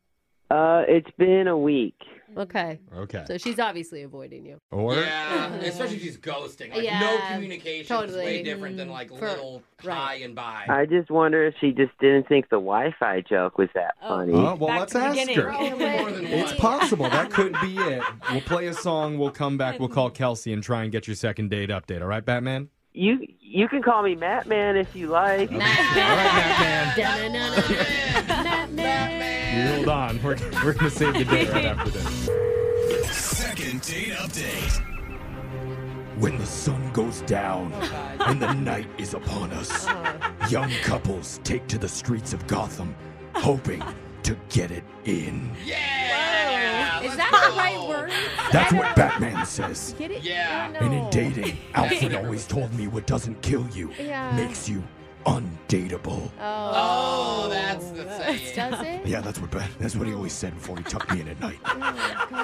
N: Uh, it's been a week.
B: Okay.
A: Okay.
B: So she's obviously avoiding you.
A: Or
C: Yeah, especially if she's ghosting. Like
B: Yeah,
C: no communication is
B: totally.
C: way different than like little high and by.
N: I just wonder if she just didn't think the Wi-Fi joke was that funny.
A: Oh, well, let's ask her. It's possible. That could be it. We'll play a song. We'll come back. We'll call Kelsey and try and get your second date update. All right, Batman?
N: You you can call me Matt Man if you like.
A: You hold on. We're, we're going to save the date right after this.
L: Second date update.
A: When the sun goes down and the night is upon us, young couples take to the streets of Gotham, hoping to get it in.
B: Is that the right word?
A: That's what Batman says.
B: Get it?
C: Yeah.
A: And in dating, Alfred always told me what doesn't kill you
B: Yeah.
A: makes you undateable.
B: Oh.
C: Oh, that's the saying.
B: Does it?
A: Yeah, that's what Bat- that's what he always said before he tucked me in at night.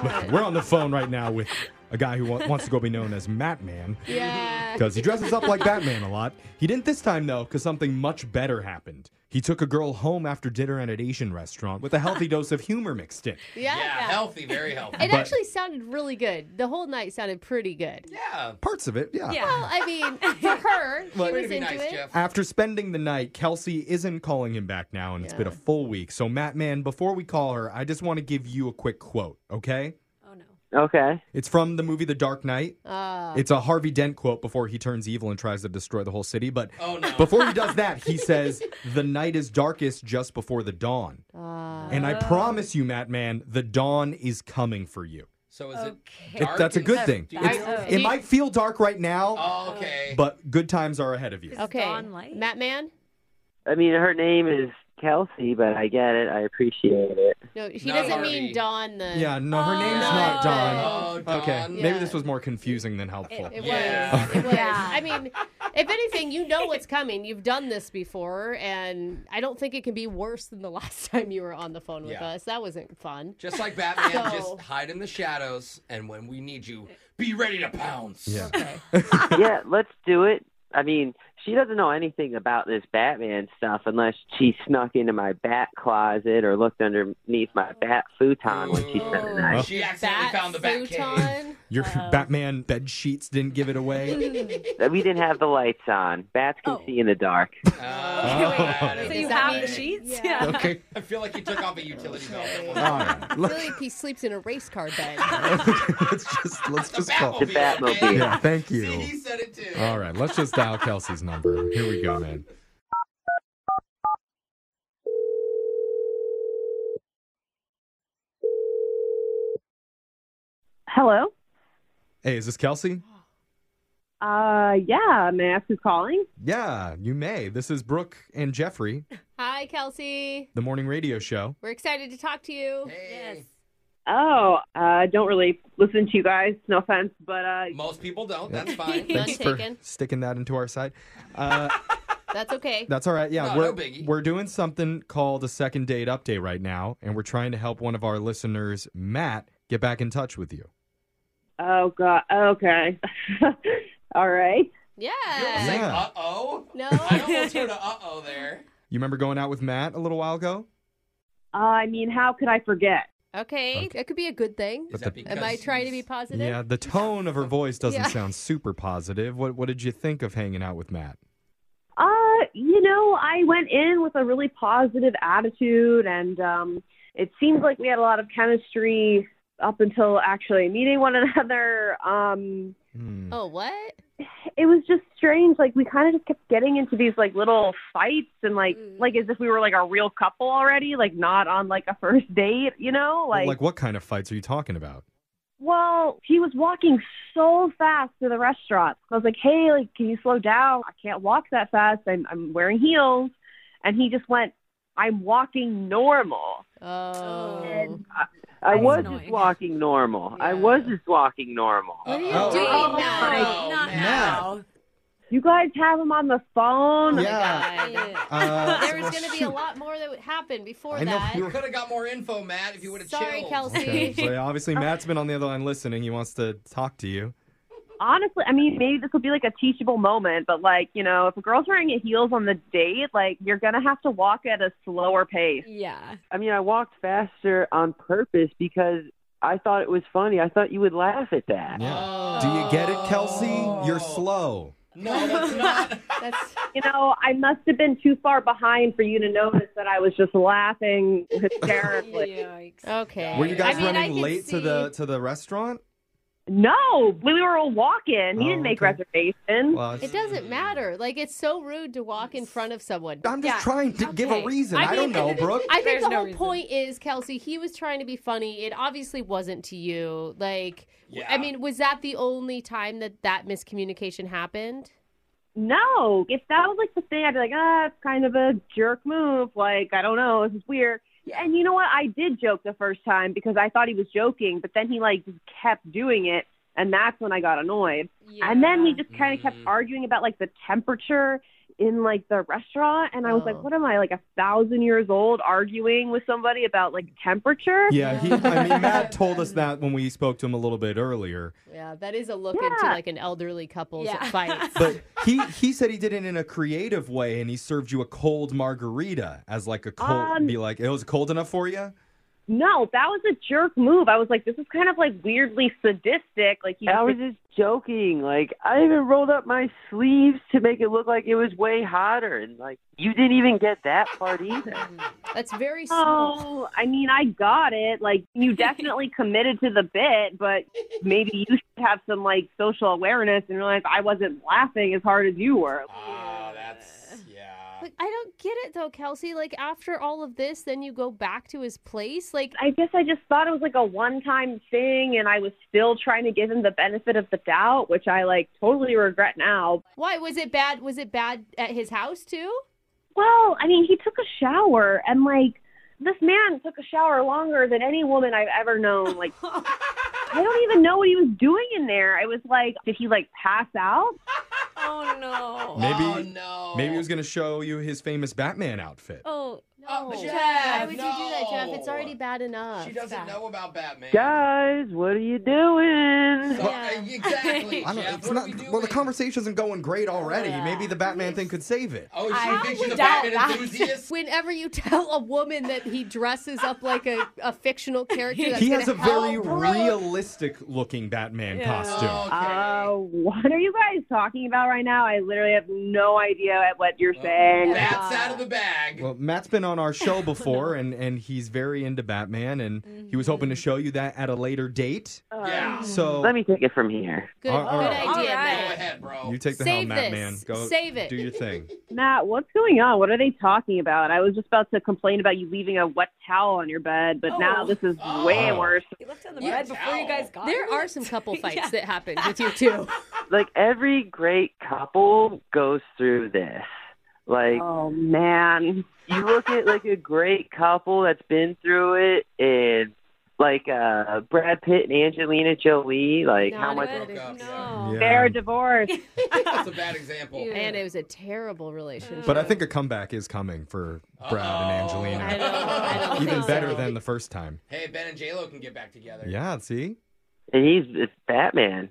A: Look, we're on the phone right now with a guy who wa- wants to go be known as Matman
B: Yeah.
A: because he dresses up like Batman a lot. He didn't this time though, because something much better happened. He took a girl home after dinner at an Asian restaurant with a healthy dose of humor mixed in.
B: Yeah.
C: healthy, very healthy.
B: It
A: But-
B: actually sounded really good. The whole night sounded pretty good.
C: Yeah.
A: Parts of it, yeah.
B: Well, I mean, for her, she
A: Look-
B: was into it.
A: After spending the night, Kelsey isn't calling him back now, and it's been a full week. So, Matt, man, before we call her, I just want to give you a quick quote, okay?
B: Oh,
N: Okay.
A: It's from the movie The Dark Knight.
B: Uh,
A: It's a Harvey Dent quote before he turns evil and tries to destroy the whole city. But
C: Oh, no.
A: before he does that, he says, The night is darkest just before the dawn.
D: Uh,
A: and
B: Ah.
A: I promise you, Matt, man, the dawn is coming for you.
C: So is it?
A: It-
C: Dark
A: that's a
C: and-
A: good thing.
C: Do you
A: It's-
C: know?
A: it might feel dark right now,
C: Oh, okay.
A: but good times are ahead of you.
B: okay. Matt Man?
N: I mean, her name is Kelsey, but I get it. I appreciate it.
B: No, she
C: Not
B: doesn't
C: Harvey.
B: mean Dawn the.
A: Yeah, no, her name's not Dawn.
C: Oh,
A: Okay,
C: Dawn.
A: maybe
B: Yeah.
A: this was more confusing than helpful.
B: It
C: Yeah.
B: was. It was. I mean, if anything, you know what's coming. You've done this before, and I don't think it can be worse than the last time you were on the phone with
C: Yeah.
B: us. That wasn't fun.
C: Just like Batman,
B: So-
C: just hide in the shadows, and when we need you, be ready to pounce.
A: Yeah.
N: yeah, let's do it. I mean, she doesn't know anything about this Batman stuff unless she snuck into my bat closet or looked underneath my bat futon when she spent
B: Oh,
N: the night.
C: Oh. She accidentally found the bat cave.
A: Your Batman bed sheets didn't give it away.
N: We didn't have the lights on. Bats can see in the dark.
D: Uh,
C: Oh.
D: So you have the sheets?
B: Yeah.
A: Okay.
C: I feel like you took off a utility belt.
A: All right,
B: Really, if he sleeps in a race car bed.
A: let's just let's just call
N: The Batmobile.
A: Yeah, thank you.
C: He said it too.
A: All right, let's just dial Kelsey's number. Here we go, man.
O: Hello.
A: Hey, is this Kelsey?
O: Uh, yeah. May I ask who's calling?
A: Yeah, you may. This is Brooke and Jeffrey,
B: Hi, Kelsey.
A: the morning radio show.
B: We're excited to talk to you. Yes.
O: Oh, uh, don't really listen to you guys. No offense, but uh,
C: most people don't.
A: Yeah.
C: That's fine.
A: Thanks for
B: Untaken.
A: sticking that into our side. Uh,
B: That's okay.
A: That's all right. Yeah,
B: No,
A: we're
B: no biggie.
A: we're doing something called a second date update right now, and we're trying to help one of our listeners, Matt, get back in touch with you.
O: oh god. Okay. All right.
B: Yeah.
A: like, Yeah.
C: Uh oh.
B: No.
C: I almost heard a uh oh there.
A: You remember going out with Matt a little while ago?
O: Uh, I mean, how could I forget?
B: Okay, that could be a good thing.
A: But that the-
B: Am I trying to be positive?
A: Yeah, the tone of her voice doesn't
B: Yeah.
A: sound super positive. What what did you think of hanging out with Matt?
O: Uh, you know, I went in with a really positive attitude, and um, it seemed like we had a lot of chemistry up until actually meeting one another. Um,
B: Oh, what?
O: it was just strange. Like we kind of just kept getting into these like little fights and like
B: Mm.
O: like as if we were like a real couple already, like not on like a first date, you know? Like,
A: Like what kind of fights are you talking about?
O: well, he was walking so fast to the restaurant. I was like, hey, like can you slow down? I can't walk that fast. I'm I'm wearing heels, and he just went, I'm walking normal. uh,
B: Oh.
N: I was just walking normal. I was just walking normal.
B: What are you
N: Oh.
B: doing
N: Oh,
B: now?
N: Matt.
O: You guys have him on the phone.
B: Yeah.
C: Uh,
B: Oh there was
C: well,
B: going to be a
C: shoot.
B: lot more that would happen before
A: I know,
B: that.
A: we were-
C: Could have got more info, Matt, if you would have
B: Sorry,
C: chilled.
B: Kelsey.
A: Okay, so obviously Matt's been on the other line listening. He wants to talk to you.
O: Honestly, I mean, maybe this will be like a teachable moment, but like, you know, if a girl's wearing heels on the date, like, you're going to have to walk at a slower pace.
D: Yeah.
N: I mean, I walked faster on purpose because I thought it was funny. I thought you would laugh at that.
A: Do you get it, Kelsey? You're slow.
C: No, that's not.
B: that's...
O: You know, I must have been too far behind for you to notice that I was just laughing hysterically.
B: Okay.
A: Were you guys
B: I mean, I
A: running
B: can
A: late to
B: see-
A: the to the restaurant?
O: No, we were all walking. He
A: Oh,
O: didn't make
A: okay.
O: reservations.
A: Well,
B: It doesn't matter. Like it's so rude to walk in front of someone.
A: I'm just trying to give a reason. I, don't know, Brooke.
B: I think the whole point is, Kelsey, he was trying to be funny. It obviously wasn't to you. Like, I mean, was that the only time that that miscommunication happened?
O: No, if that was like the thing, I'd be like, ah, it's kind of a jerk move. Like, I don't know, this is weird. And you know what? I did joke the first time because I thought he was joking, but then he like just kept doing it, and that's when I got annoyed. And then he just kind of kept arguing about like the temperature in like the restaurant, and I was like, what am I like a thousand years old arguing with somebody about like temperature?
A: Yeah, he, I mean, Matt told us that when we spoke to him a little bit earlier.
B: Yeah, that is a look into like an elderly couple's
D: Yeah.
B: fight.
A: But he, he said he did it in a creative way and he served you a cold margarita as like a cold,
O: Um,
A: be like, it was cold enough for you?
O: No, that was a jerk move. I was like, this is kind of like weirdly sadistic. Like he
N: I was just joking. Like, I even rolled up my sleeves to make it look like it was way hotter. And, like, you didn't even get that part either.
B: That's very
O: Oh, I mean, I got it. Like, you definitely committed to the bit, but maybe you should have some, like, social awareness and realize I wasn't laughing as hard as you were.
B: Like, I don't get it though, Kelsey. Like after all of this, then you go back to his place. Like
O: I guess I just thought it was, like, a one time thing, and I was still trying to give him the benefit of the doubt, which I, like, totally regret now.
B: why was it bad? Was it bad at his house too?
O: Well, I mean, he took a shower, and, like, this man took a shower longer than any woman I've ever known. Like, I don't even know what he was doing in there. I was like, did he, like, pass out?
D: Oh no.
A: Maybe,
D: Oh,
A: maybe he was going to show you his famous Batman outfit.
B: Oh no!
C: Uh,
D: Jeff,
B: Why would you do that, Jeff?
C: no.
B: It's already bad enough. She doesn't know
C: about Batman.
N: Guys, what are you doing?
C: Exactly.
A: I don't,
C: Jeff.
A: it's not, well, the conversation isn't going great already. Maybe the Batman thing could save it.
C: Oh,
B: How
C: she thinks she's
B: would
C: a
B: that-
C: Batman enthusiast.
B: Whenever you tell a woman that he dresses up like a, a fictional character, that's
A: he has a
B: gonna
A: very
B: help.
A: realistic looking Batman costume.
O: Uh, what are you guys talking about right now? I literally have no idea at what you're saying. Uh,
C: That's out of the bag.
A: Well, Matt's been on our show before, and, and he's very into Batman, and he was hoping to show you that at a later date.
N: Yeah.
A: So
N: Mm-hmm. Uh, Let me take it from here.
B: Good,
A: All- all
B: good
A: right.
B: idea, Matt.
C: Go ahead, bro.
A: You take the
B: Save
A: helm, Matt,
B: this.
A: man. Go
B: Save it.
A: Do your thing.
O: Matt, what's going on? What are they talking about? I was just about to complain about you leaving a wet towel on your bed,
B: Oh.
O: but now this is way
A: Oh.
O: worse.
D: on the bed before you guys got
B: There are some couple fights that happened with you too.
N: Like, every great couple goes through this. Like,
O: oh, man.
N: you look at like a great couple that's been through it and like uh Brad Pitt and Angelina Jolie, like how much
C: No.
N: Yeah.
O: They're divorced.
C: That's a bad example.
B: And it was a terrible relationship.
A: But I think a comeback is coming for Brad and Angelina.
B: I don't- I don't
A: Even
B: think
A: better
B: so.
A: than the first time.
C: Hey, Ben and J Lo can get back together.
A: Yeah, see?
N: and he's it's Batman.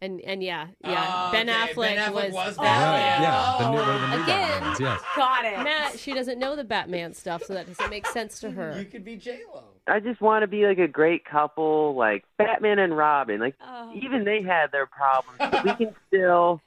B: And and yeah, yeah.
C: Oh,
B: ben,
C: okay.
B: Affleck Oh.
C: Ben Affleck was
A: Yeah, yeah. The new, one of the new
B: Again.
A: Batmans, yes.
D: Got it.
B: Matt, she doesn't know the Batman stuff, so that doesn't make sense to her. You
C: could be J Lo.
N: I just want to be like a great couple, like Batman and Robin. Like even they had their problems. but we can still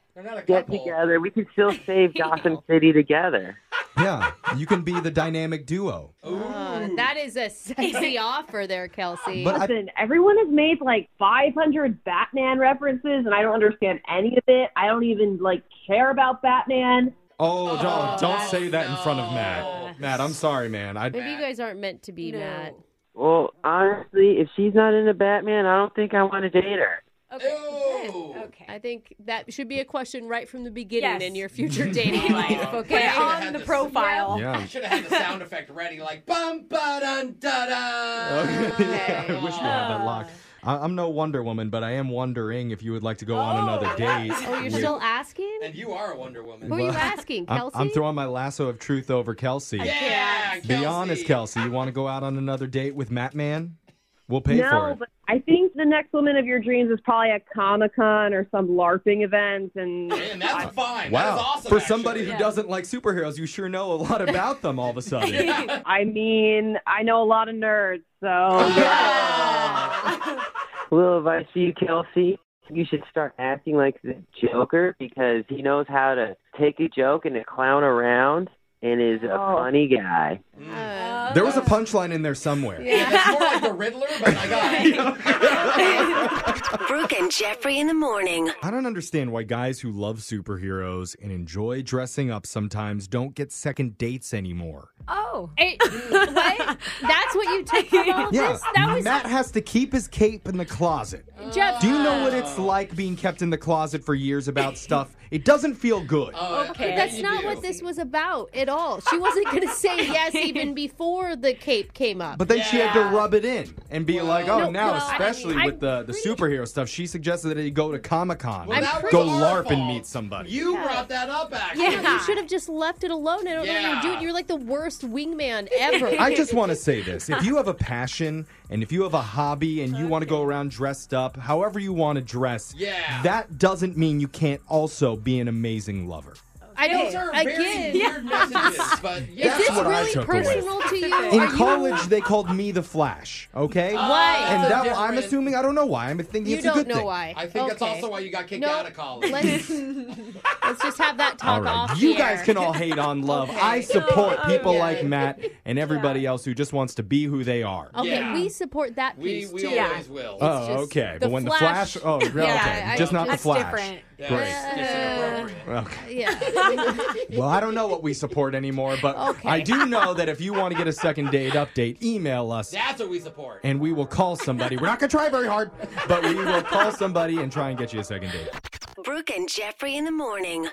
N: get together. We can still save Gotham City together.
A: Yeah. You can be the dynamic duo.
B: Uh, that is a sexy offer there, Kelsey.
O: Listen, everyone has made like 500 Batman references, and I don't understand any of it. I don't even like care about Batman.
A: Oh, don't, don't say that in front of Matt. Matt, I'm sorry, man. I,
B: Maybe you guys aren't meant to be, Matt.
N: Well, honestly, if she's not into Batman, I don't think I want to date her.
B: Okay. Okay. I think that should be a question right from the beginning
D: Yes.
B: in your future dating life. Okay.
D: Put it on the profile.
A: Yeah.
C: Should have had the sound effect ready, like bum ba dun da da.
A: Yeah, I wish we had that locked. I- I'm no Wonder Woman, but I am wondering if you would like to go on another date.
B: Oh, you're
A: with-
B: still asking?
C: And you are a Wonder Woman.
B: Who are you asking,
A: I'm-
B: Kelsey?
A: I'm, throwing my lasso of truth over Kelsey.
C: Yeah,
A: Be honest, Kelsey. You want to go out on another date with Matt Man? We'll pay
O: no,
A: for it.
O: but I think the next woman of your dreams is probably at Comic Con or some LARPing event, and
C: that's fine.
A: wow. for somebody who doesn't like superheroes, you sure know a lot about them all of a sudden.
O: I mean, I know a lot of nerds, so
N: Well, if I see you, Kelsey, you should start acting like the Joker because he knows how to take a joke and to clown around and is a funny guy.
A: There was a punchline in there somewhere.
C: That's more like the Riddler, but I got it.
G: Brooke and Jeffrey in the morning.
A: I don't understand why guys who love superheroes and enjoy dressing up sometimes don't get second dates anymore.
P: Oh. what? That's what you took from all
A: yeah,
P: this? That was
A: Matt has to keep his cape in the closet.
P: Jeff.
A: Do you know what it's like being kept in the closet for years about stuff? It doesn't feel good.
B: Oh,
P: Okay.
B: That's not what this was about at all. She wasn't going to say yes even before the cape came up.
A: But then she had to rub it in and be like, oh,
B: No,
A: now,
B: well, I
A: especially
B: mean,
A: with the, the superhero stuff, she suggested that he go to Comic Con,
B: Well, that was
A: go
B: our
A: LARP and meet somebody.
C: You brought that up, actually.
B: Yeah, you should have just left it alone. I don't know
C: Yeah.
B: how you do it. You're like the worst wingman ever.
A: I just want to say this. If you have a passion and if you have a hobby and you want to go around dressed up, however you want to dress,
C: Yeah.
A: that doesn't mean you can't also be an amazing lover.
B: I don't.
C: Those are very
B: again,
C: weird messages, but
B: is
C: yeah.
A: That's
B: this
A: what I
B: really
A: took away.
B: personal to you?
A: In
B: Are you-
A: college, they called me the Flash, okay?
B: Oh, Why?
A: And
B: that's a
A: that, I'm
B: different-
A: assuming, I don't know why. I'm thinking
B: You
A: it's a
B: don't
A: good
B: know
A: thing.
B: why.
C: I think that's
B: Okay.
C: also why you got kicked
B: No,
C: out of college.
B: Let's, let's just have that talk
A: All right,
B: off.
A: you
B: the
A: guys
B: air.
A: can all hate on love.
B: Okay. Oh,
A: I support
B: No,
A: people
B: okay.
A: like Matt and everybody else who just wants to be who they are.
B: Okay,
C: Yeah.
B: we support that
C: We-
B: piece
C: we
B: too.
C: always will. It's
A: Oh,
C: just
A: okay.
B: the
A: But when
B: Flash-
A: the flash, oh, yeah,
B: Yeah,
A: okay,
B: I
A: just
B: don't-
A: not
B: that's
A: the flash.
B: different.
A: Great. Okay.
B: Yeah.
A: Well, I don't know what we support anymore, but I do know that if you want to get a second date update, email us
C: That's what we support.
A: and we will call somebody. We're not going to try very hard, but we will call somebody and try and get you a second date.
G: Brooke and Jeffrey in the morning.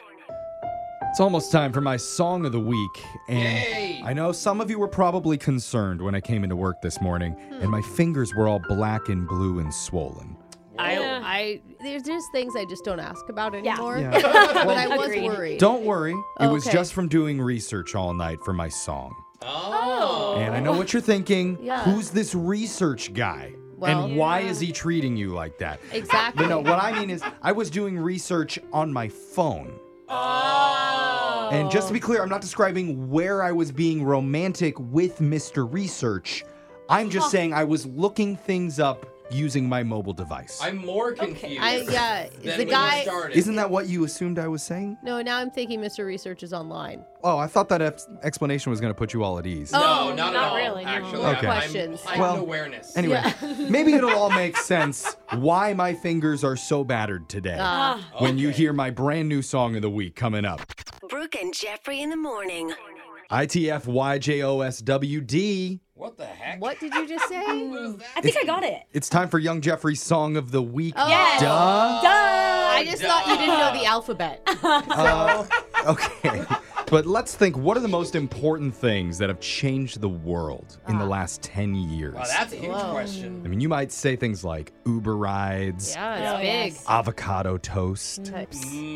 A: It's almost time for my song of the week. And
G: Yay!
A: I know some of you were probably concerned when I came into work this morning and my fingers were all black and blue and swollen.
B: I, I, there's just things I just don't ask about anymore.
A: Yeah.
B: but I was
P: Agreed.
B: worried.
A: Don't worry, it was
B: Okay.
A: just from doing research all night for my song.
B: Oh.
A: And I know what you're thinking.
B: Yeah.
A: Who's this research guy?
B: Well-
A: and why is he treating you like that?
B: Exactly.
A: But no, what I mean is, I was doing research on my phone. Oh. And just to be clear, I'm not describing where I was being romantic with Mr. Research. I'm just saying I was looking things up using my mobile device.
C: I'm more confused.
B: I- yeah,
C: than
B: the
C: when you
B: guy-
C: started.
A: Isn't that what you assumed I was saying?
B: No, now I'm thinking Mr. Research is online.
A: Oh, I thought that ex- explanation was going to put you all at ease.
C: No,
B: Oh,
C: not, at
B: not
C: all.
B: really, no.
C: Actually,
A: Okay.
C: I'm-
B: Questions.
C: I'm, I'm
A: Well,
C: awareness.
A: Anyway, maybe it'll all make sense why my fingers are so battered today
G: Ah.
A: when you hear my brand new song of the week coming up.
G: Brooke and Jeffrey in the morning.
A: ITFYJOSWD.
C: What the heck?
B: What did you just say?
D: I think I got it.
A: It's time for Young Jeffrey's song of the week.
B: Oh.
D: Yes.
A: Duh.
B: I just thought you didn't know the alphabet.
A: Uh, okay. But let's think what are the most important things that have changed the world in the last 10 years?
C: Wow, that's a huge
B: Whoa.
C: question.
A: I mean, you might say things like Uber rides,
B: yeah, it's
C: Oh,
B: big.
A: avocado toast,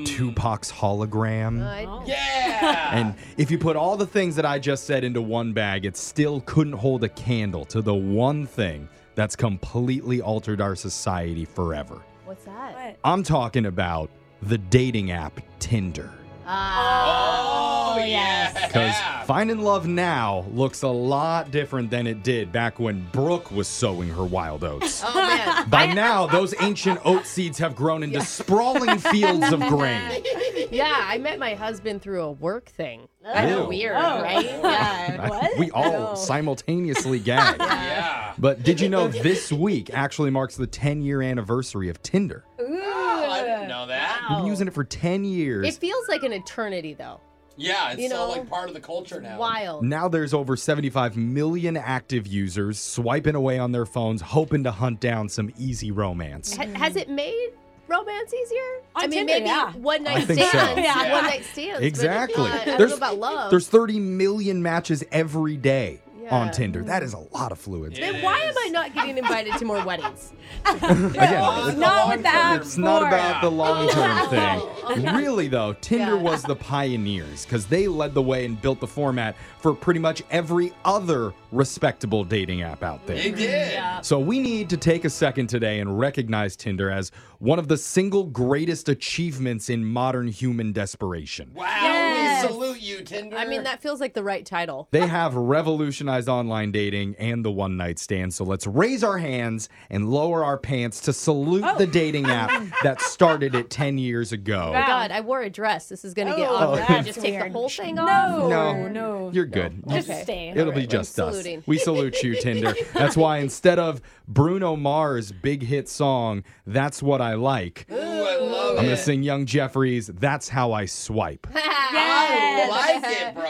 A: Tupac's hologram.
C: Oh. Yeah.
A: And if you put all the things that I just said into one bag, it still couldn't hold a candle to the one thing that's completely altered our society forever.
B: What's that?
A: I'm talking about the dating app Tinder.
B: oh,
C: yes.
A: Because finding love now looks a lot different than it did back when Brooke was sowing her wild oats.
B: Oh, man.
A: By now, those ancient oat seeds have grown into sprawling fields of grain.
B: yeah, I met my husband through a work thing. I know,
A: Ew.
B: weird, right? Yeah.
A: We all
B: No.
A: simultaneously gagged.
C: Yeah.
A: But did you know this week actually marks the 10 year anniversary of Tinder?
C: Oh, I didn't know that.
A: We've been using it for 10 years.
B: It feels like an eternity, though.
C: Yeah, it's
B: You
C: so
B: know,
C: like part of the culture now.
B: Wild.
A: now there's over 75 million active users swiping away on their phones, hoping to hunt down some easy romance.
B: Ha- has it made romance easier?
D: On
B: I mean,
D: Tinder,
B: maybe
D: yeah.
B: one
A: I
B: night
A: think
B: stands.
A: so.
B: One night stands. but,
A: Exactly.
B: uh, I don't know about love.
A: There's 30 million matches every day.
L: on Tinder. That is a lot of fluids.
B: Then why am I not getting invited to more weddings?
L: Again,
B: it's not what that
L: it's not about the long term thing.
B: Okay.
L: Really, though, Tinder was the pioneers because they led the way and built the format for pretty much every other respectable dating app out there.
C: They did.
L: So we need to take a second today and recognize Tinder as one of the single greatest achievements in modern human desperation.
C: Wow,
B: Yes.
C: we salute you, Tinder.
B: I mean, that feels like the right title.
L: They have revolutionized online dating and the one night stand. So let's raise our hands and lower our pants to salute the dating app that started it 10 years ago.
B: Oh my God, I wore a dress. This is gonna get
L: Oh,
B: awkward.
L: that's
B: just take the
D: weird.
B: whole thing
D: No.
B: off.
L: No,
B: Oh, no.
L: You're good.
B: Just Okay. stay.
L: It'll
B: All
L: be
B: right,
L: just
B: I'm
L: us.
B: saluting.
L: We salute you, Tinder. That's why instead of Bruno Mars' big hit song, That's What I Like,
C: Ooh, I
L: I'm
C: love
L: going to
C: it.
L: sing Young Jeffries, That's How I Swipe.
C: I like it, bro.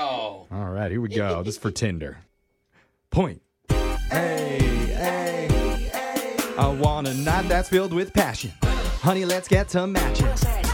L: All right, here we go. This is for Tinder. Point. Hey, hey, hey. I want a night that's filled with passion. Honey, let's get to matching.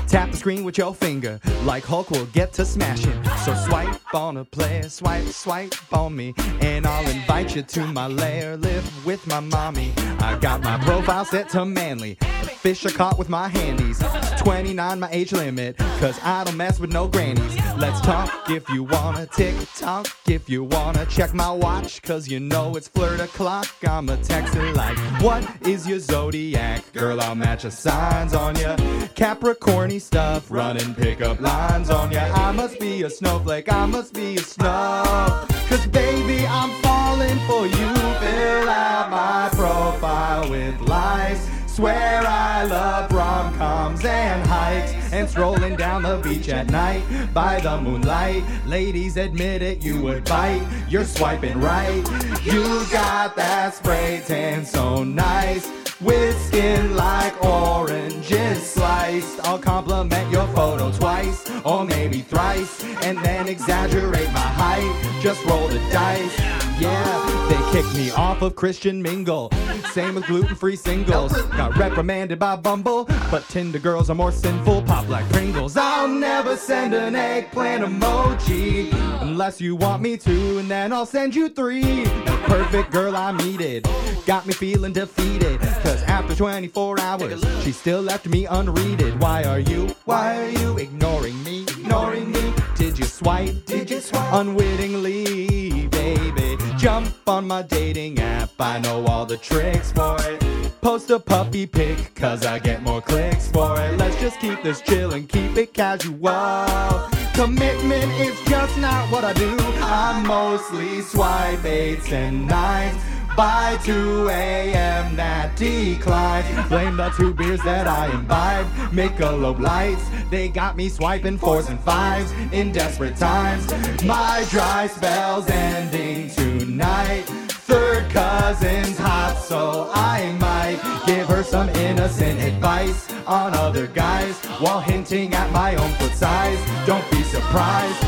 L: Tap the screen with your finger, like Hulk will get to smashing. So swipe on a player, swipe, swipe on me, and I'll invite you to my lair. Live with my mommy. I got my profile set to manly. Fish are caught with my handies. 29 my age limit, cause I don't mess with no grannies. Let's talk if you wanna, tick tock if you wanna. Check my watch, cause you know it's flirt o'clock. I'm a texting like, what is your zodiac? Girl, I'll match your signs on ya. Capricorny stuff, running pickup lines on ya. I must be a snowflake, I must be a snub. Cause baby, I'm falling for you. Fill out my profile with lies. Swear I love rom coms and hikes and strolling down the beach at night by the moonlight. Ladies, admit it, you would bite. You're swiping right. You got that spray tan so nice. With skin like oranges sliced, I'll compliment your photo twice or maybe thrice and then exaggerate my height. Just roll the dice. Yeah, they kicked me off of Christian Mingle. Same with gluten free singles. Got reprimanded by Bumble, but Tinder girls are more sinful. Pop like Pringles. I'll never send an eggplant emoji unless you want me to, and then I'll send you three. The perfect girl I needed. Got me feeling defeated, cause after 24 hours, she still left me unreaded. Why are you, why are you ignoring me, ignoring me? Did you swipe, did you swipe unwittingly, baby? Jump on my dating app, I know all the tricks for it. Post a puppy pic, cause I get more clicks for it. Let's just keep this chill and keep it casual. Commitment is just not what I do. I mostly swipe eights and nines. By 2 a.m. that decline. Blame the two beers that I imbibed. Michelob lights, they got me swiping fours and fives in desperate times. My dry spell's ending tonight. Third cousin's hot, so I might give her some innocent advice on other guys while hinting at my own foot size. Don't be surprised,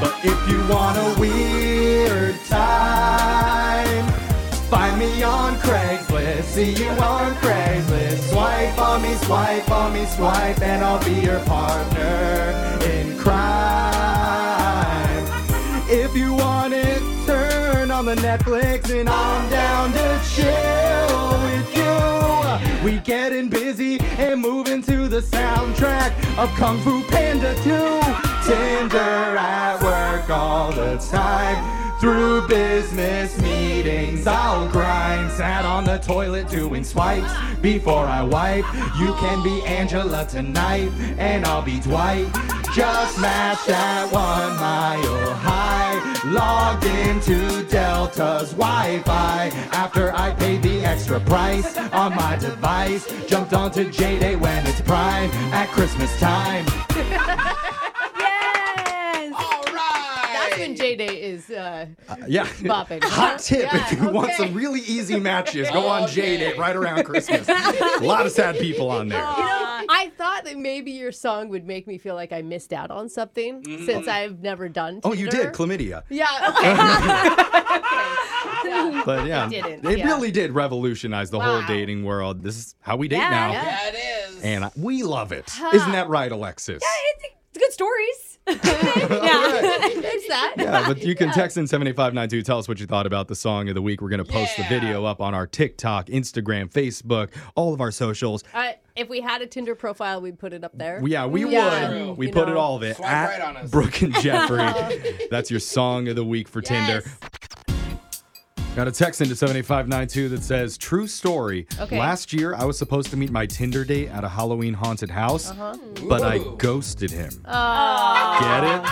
L: but if you want a weird time, find me on Craigslist. See you on Craigslist. Swipe on me, swipe on me, swipe, and I'll be your partner in crime. If you want it, turn on the Netflix and I'm down to chill with you. We getting busy and moving to the soundtrack of Kung Fu Panda 2. Tinder at work all the time. Through business meetings, I'll grind. Sat on the toilet doing swipes before I wipe. You can be Angela tonight, and I'll be Dwight. Just smashed that one mile high. Logged into Delta's Wi Fi after I paid the extra price on my device. Jumped onto J Day when it's prime at Christmas time.
B: That's when J Day is. Uh,
L: Yeah.
B: Bopping.
L: Hot tip
B: Yeah,
L: if you want
B: okay.
L: some really easy matches, go on J Day
B: Okay.
L: right around Christmas. A lot of sad people on there.
B: You know, I thought that maybe your song would make me feel like I missed out on something
L: Mm.
B: since I've never done.
L: Oh, you
B: Tinder.
L: did, chlamydia.
B: Yeah. Okay. okay.
L: But yeah,
B: it didn't.
L: it
B: yeah.
L: really did revolutionize the whole
B: Wow.
L: dating world. This is how we date
D: Yeah,
L: now.
D: yeah. Yeah,
C: it is.
L: And I- we love it.
D: Huh.
L: Isn't that right, Alexis?
D: it's good stories.
B: it's that.
A: Yeah, but you can text in 78592. Tell us what you thought about the song of the week. We're going to post the video up on our TikTok, Instagram, Facebook, all of our socials.
B: Uh, if we had a Tinder profile, we'd put it up there.
A: Yeah, we
B: Yeah,
A: would. We
B: Oh, you
A: put it
B: know.
A: all of it
B: Swipe
A: at
B: right on us. Oh.
A: Brooke and Jeffrey. That's your song of the week for Tinder. Got a text into 78592 that says, True story.
B: Okay.
A: Last year, I was supposed to meet my Tinder date at a Halloween haunted house,
B: Uh-huh.
A: but I
B: Ooh.
A: ghosted him.
B: Oh.
A: Get it?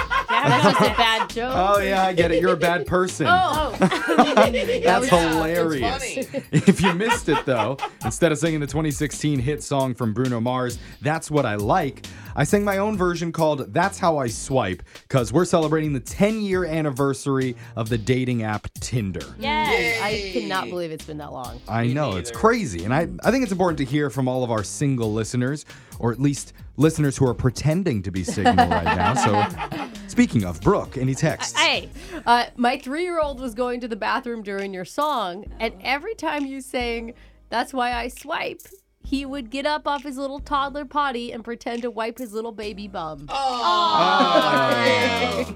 B: That's just a bad joke.
A: Oh, yeah, I get it. You're a bad person.
B: Oh, That
A: That's
B: was-
A: hilarious. If you missed it, though, instead of singing the 2016 hit song from Bruno Mars, That's What I Like, I sang my own version called That's How I Swipe, because we're celebrating the 10 year anniversary of the dating app Tinder.
B: Yes, I cannot believe it's been that long.
A: I know, it's crazy. And I, I think it's important to hear from all of our single listeners, or at least listeners who are pretending to be single right now. So, speaking of, Brooke, any texts?
B: Hey, uh, my three-year-old was going to the bathroom during your song, and every time you sang "That's Why I Swipe," he would get up off his little toddler potty and pretend to wipe his little baby bum.
A: Oh.
B: Hey,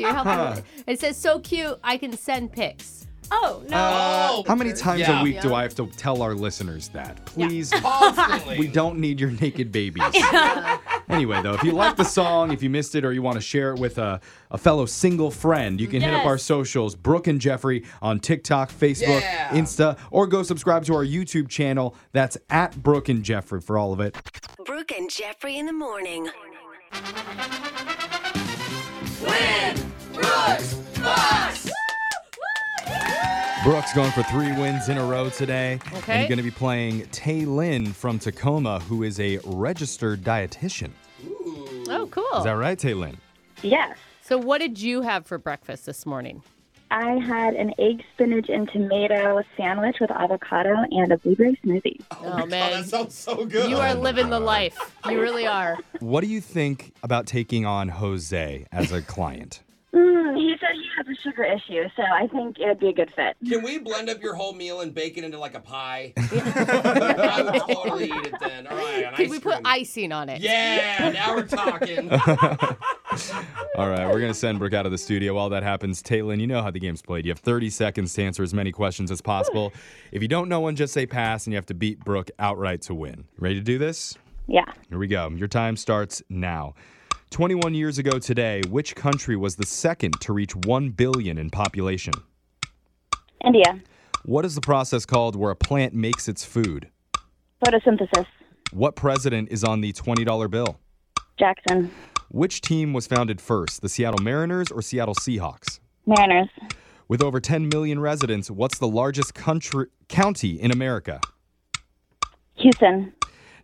B: you're helping. me. It says so cute. I can send pics. Oh no!
A: Uh, how many times
B: Yeah.
A: a week do
B: Yeah.
A: I have to tell our listeners that? Please.
B: Constantly.
A: Oh. We don't need your naked babies. anyway, though, if you like the song, if you missed it, or you want to share it with a, a fellow single friend, you can hit up
B: Yes.
A: our socials, Brooke and Jeffrey, on TikTok, Facebook,
B: Yeah.
A: Insta, or go subscribe to our YouTube channel. That's at Brooke and Jeffrey for all of it.
G: Brooke and Jeffrey in the morning.
A: Brooke's going for three wins in a row today.
B: Okay.
A: And you're going to be playing Tay Lin from Tacoma, who is a registered dietitian.
B: Oh, cool.
A: Is that right, Tay Lin?
B: Yes. So, what did you have for breakfast this morning?
Q: I had an egg, spinach, and tomato sandwich with avocado and a blueberry smoothie.
B: Oh, man, that
C: sounds so good.
B: You are living the life. You really are.
A: What do you think about taking on Jose as a client?
Q: Mm, he said he has a sugar issue, so I think it'd be a good fit.
C: Can we blend up your whole meal and bake it into like a pie? I would totally eat it then. All right, an
B: Could
C: ice
B: we put icing on it?
C: Yeah, now we're talking.
A: All right, we're going to send Brooke out of the studio. While that happens, Taylin, you know how the game's played. You have 30 seconds to answer as many questions as possible. If you don't know one, just say pass, and you have to beat Brooke outright to win. Ready to do this?
Q: Yeah.
A: Here we go. Your time starts now. 21 years ago today, which country was the second to reach 1 billion in population?
Q: India,
A: What is the process called where a plant makes its food?
Q: photosynthesis,
A: What president is on the $20 bill?
Q: Jackson,
A: Which team was founded first, the Seattle Mariners or Seattle Seahawks?
Q: Mariners,
A: With over 10 million residents, what's the largest country county in America?
Q: Houston,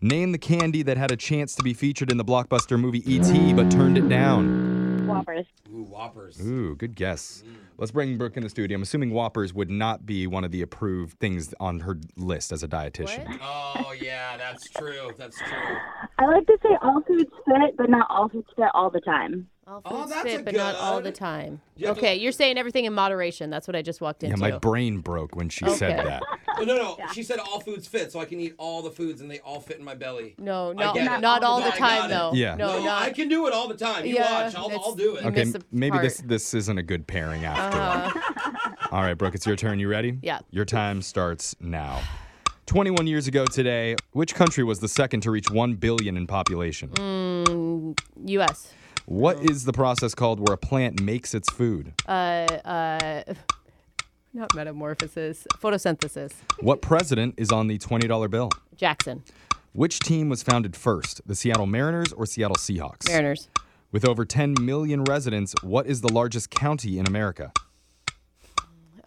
A: Name the candy that had a chance to be featured in the blockbuster movie E.T. but turned it down.
Q: Whoppers.
C: Ooh, Whoppers.
A: Ooh, good guess. Let's bring Brooke in the studio. I'm assuming Whoppers would not be one of the approved things on her list as a dietitian.
C: Oh yeah, that's true. Oh, That's true.
Q: I like to say all foods fit, but not all foods fit all the time.
B: All
Q: Oh,
B: foods
Q: that's
B: fit,
Q: a
B: but not all the
Q: good-
B: time.
Q: Yeah,
B: okay, you're saying everything in moderation. That's what I just walked
A: Yeah,
B: into.
A: my brain broke when she said
B: Okay.
A: that.
C: Oh, No, no, no. She said all foods fit, so I can eat all the foods and they all fit in my belly.
B: No,
C: I
B: not-
C: get
B: not
C: it.
B: all
C: No,
B: the
C: I
B: time,
C: got
B: though.
C: it.
A: Yeah. No,
C: I
B: not-
C: can do it all the time. You
B: Yeah,
C: watch. I'll,
B: it's-
C: I'll do it.
A: Okay, maybe this this isn't a good pairing after.
D: Uh-huh.
A: all. All right, Brooke, it's your turn. You ready?
B: Yeah.
A: Your time starts now. 21 years ago today, which country was the second to reach 1 billion in population?
B: Mm, U.S.
A: What is the process called where a plant makes its food?
B: Uh, uh, not metamorphosis. Photosynthesis.
A: What president is on the $20 bill?
B: Jackson.
A: Which team was founded first, the Seattle Mariners or Seattle Seahawks?
B: Mariners.
A: With over 10 million residents, what is the largest county in America?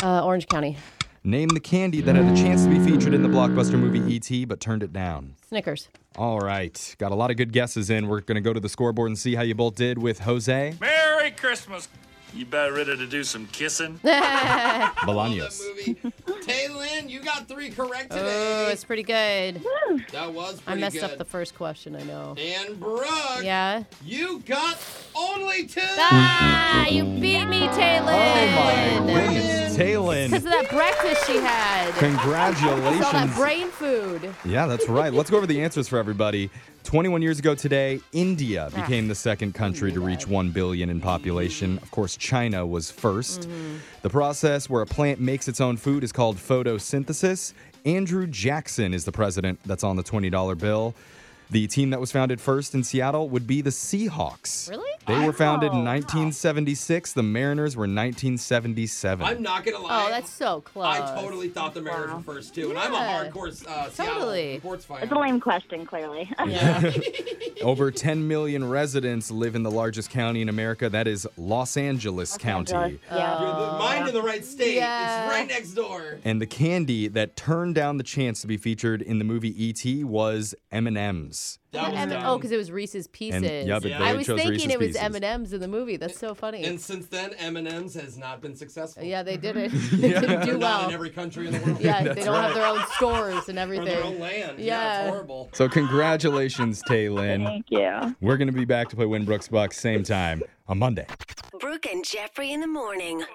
B: Uh, Orange County.
A: Name the candy that had a chance to be featured in the blockbuster movie E.T., but turned it down.
B: Snickers.
A: All right. Got a lot of good guesses in. We're going to go to the scoreboard and see how you both did with Jose
R: Merry Christmas. You better ready to do some kissing.
B: Oh,
A: Bolaños.
C: Taylin, you got three correct
B: Oh,
C: today.
B: it's pretty good.
C: that was
B: I
C: pretty
B: messed
C: good.
B: up the first question. I know.
C: And Brooke,
B: Yeah.
C: you got all only two.
B: Ah, you beat me, Taylor.
A: Oh my goodness,
B: Because of
A: Taylin.
B: that breakfast she had. It's all that
A: Congratulations.
B: brain food.
A: Yeah, that's right. Let's go over the answers for everybody. 21 years ago today, India
B: Ah.
A: became the second country to reach 1 billion in population. Of course, China was 1st The process where a plant makes its own food is called photosynthesis. Andrew Jackson is the president that's on the $20 bill. The team that was founded first in Seattle would be the Seahawks. Really? They were founded in 1976. The Mariners were 1977.
C: I'm not gonna lie.
B: Oh, that's so close.
C: I totally thought the Mariners were first too, and I'm a
B: Yeah.
C: hardcore uh, Seattle
B: Totally.
C: sports fan.
Q: It's a lame question, clearly.
A: Over 10 million residents live in the largest county in America. That is Los Angeles County.
Q: Yeah.
C: You're the mind in the right state.
Q: Yeah.
C: It's right next door.
A: And the candy that turned down the chance to be featured in the movie E.T. was M&M's.
B: What M- oh, because it was Reese's Pieces.
A: yeah, but
B: I
A: they
B: was
A: chose
B: thinking
A: Reese's
B: it was
A: Pieces.
B: M and M's in the movie. That's so funny.
C: And since then, M&M's has not been successful.
B: yeah, they did it. They didn't
C: They're
B: do
C: not
B: well.
C: in every country in the world.
B: Yeah, they don't have their own stores and everything.
C: own land. Yeah, it's horrible.
A: So congratulations, Taylin.
Q: Thank you.
A: We're going to be back to play Winbrook's Bucks same time on Monday.
G: Brooke and Jeffrey in the morning.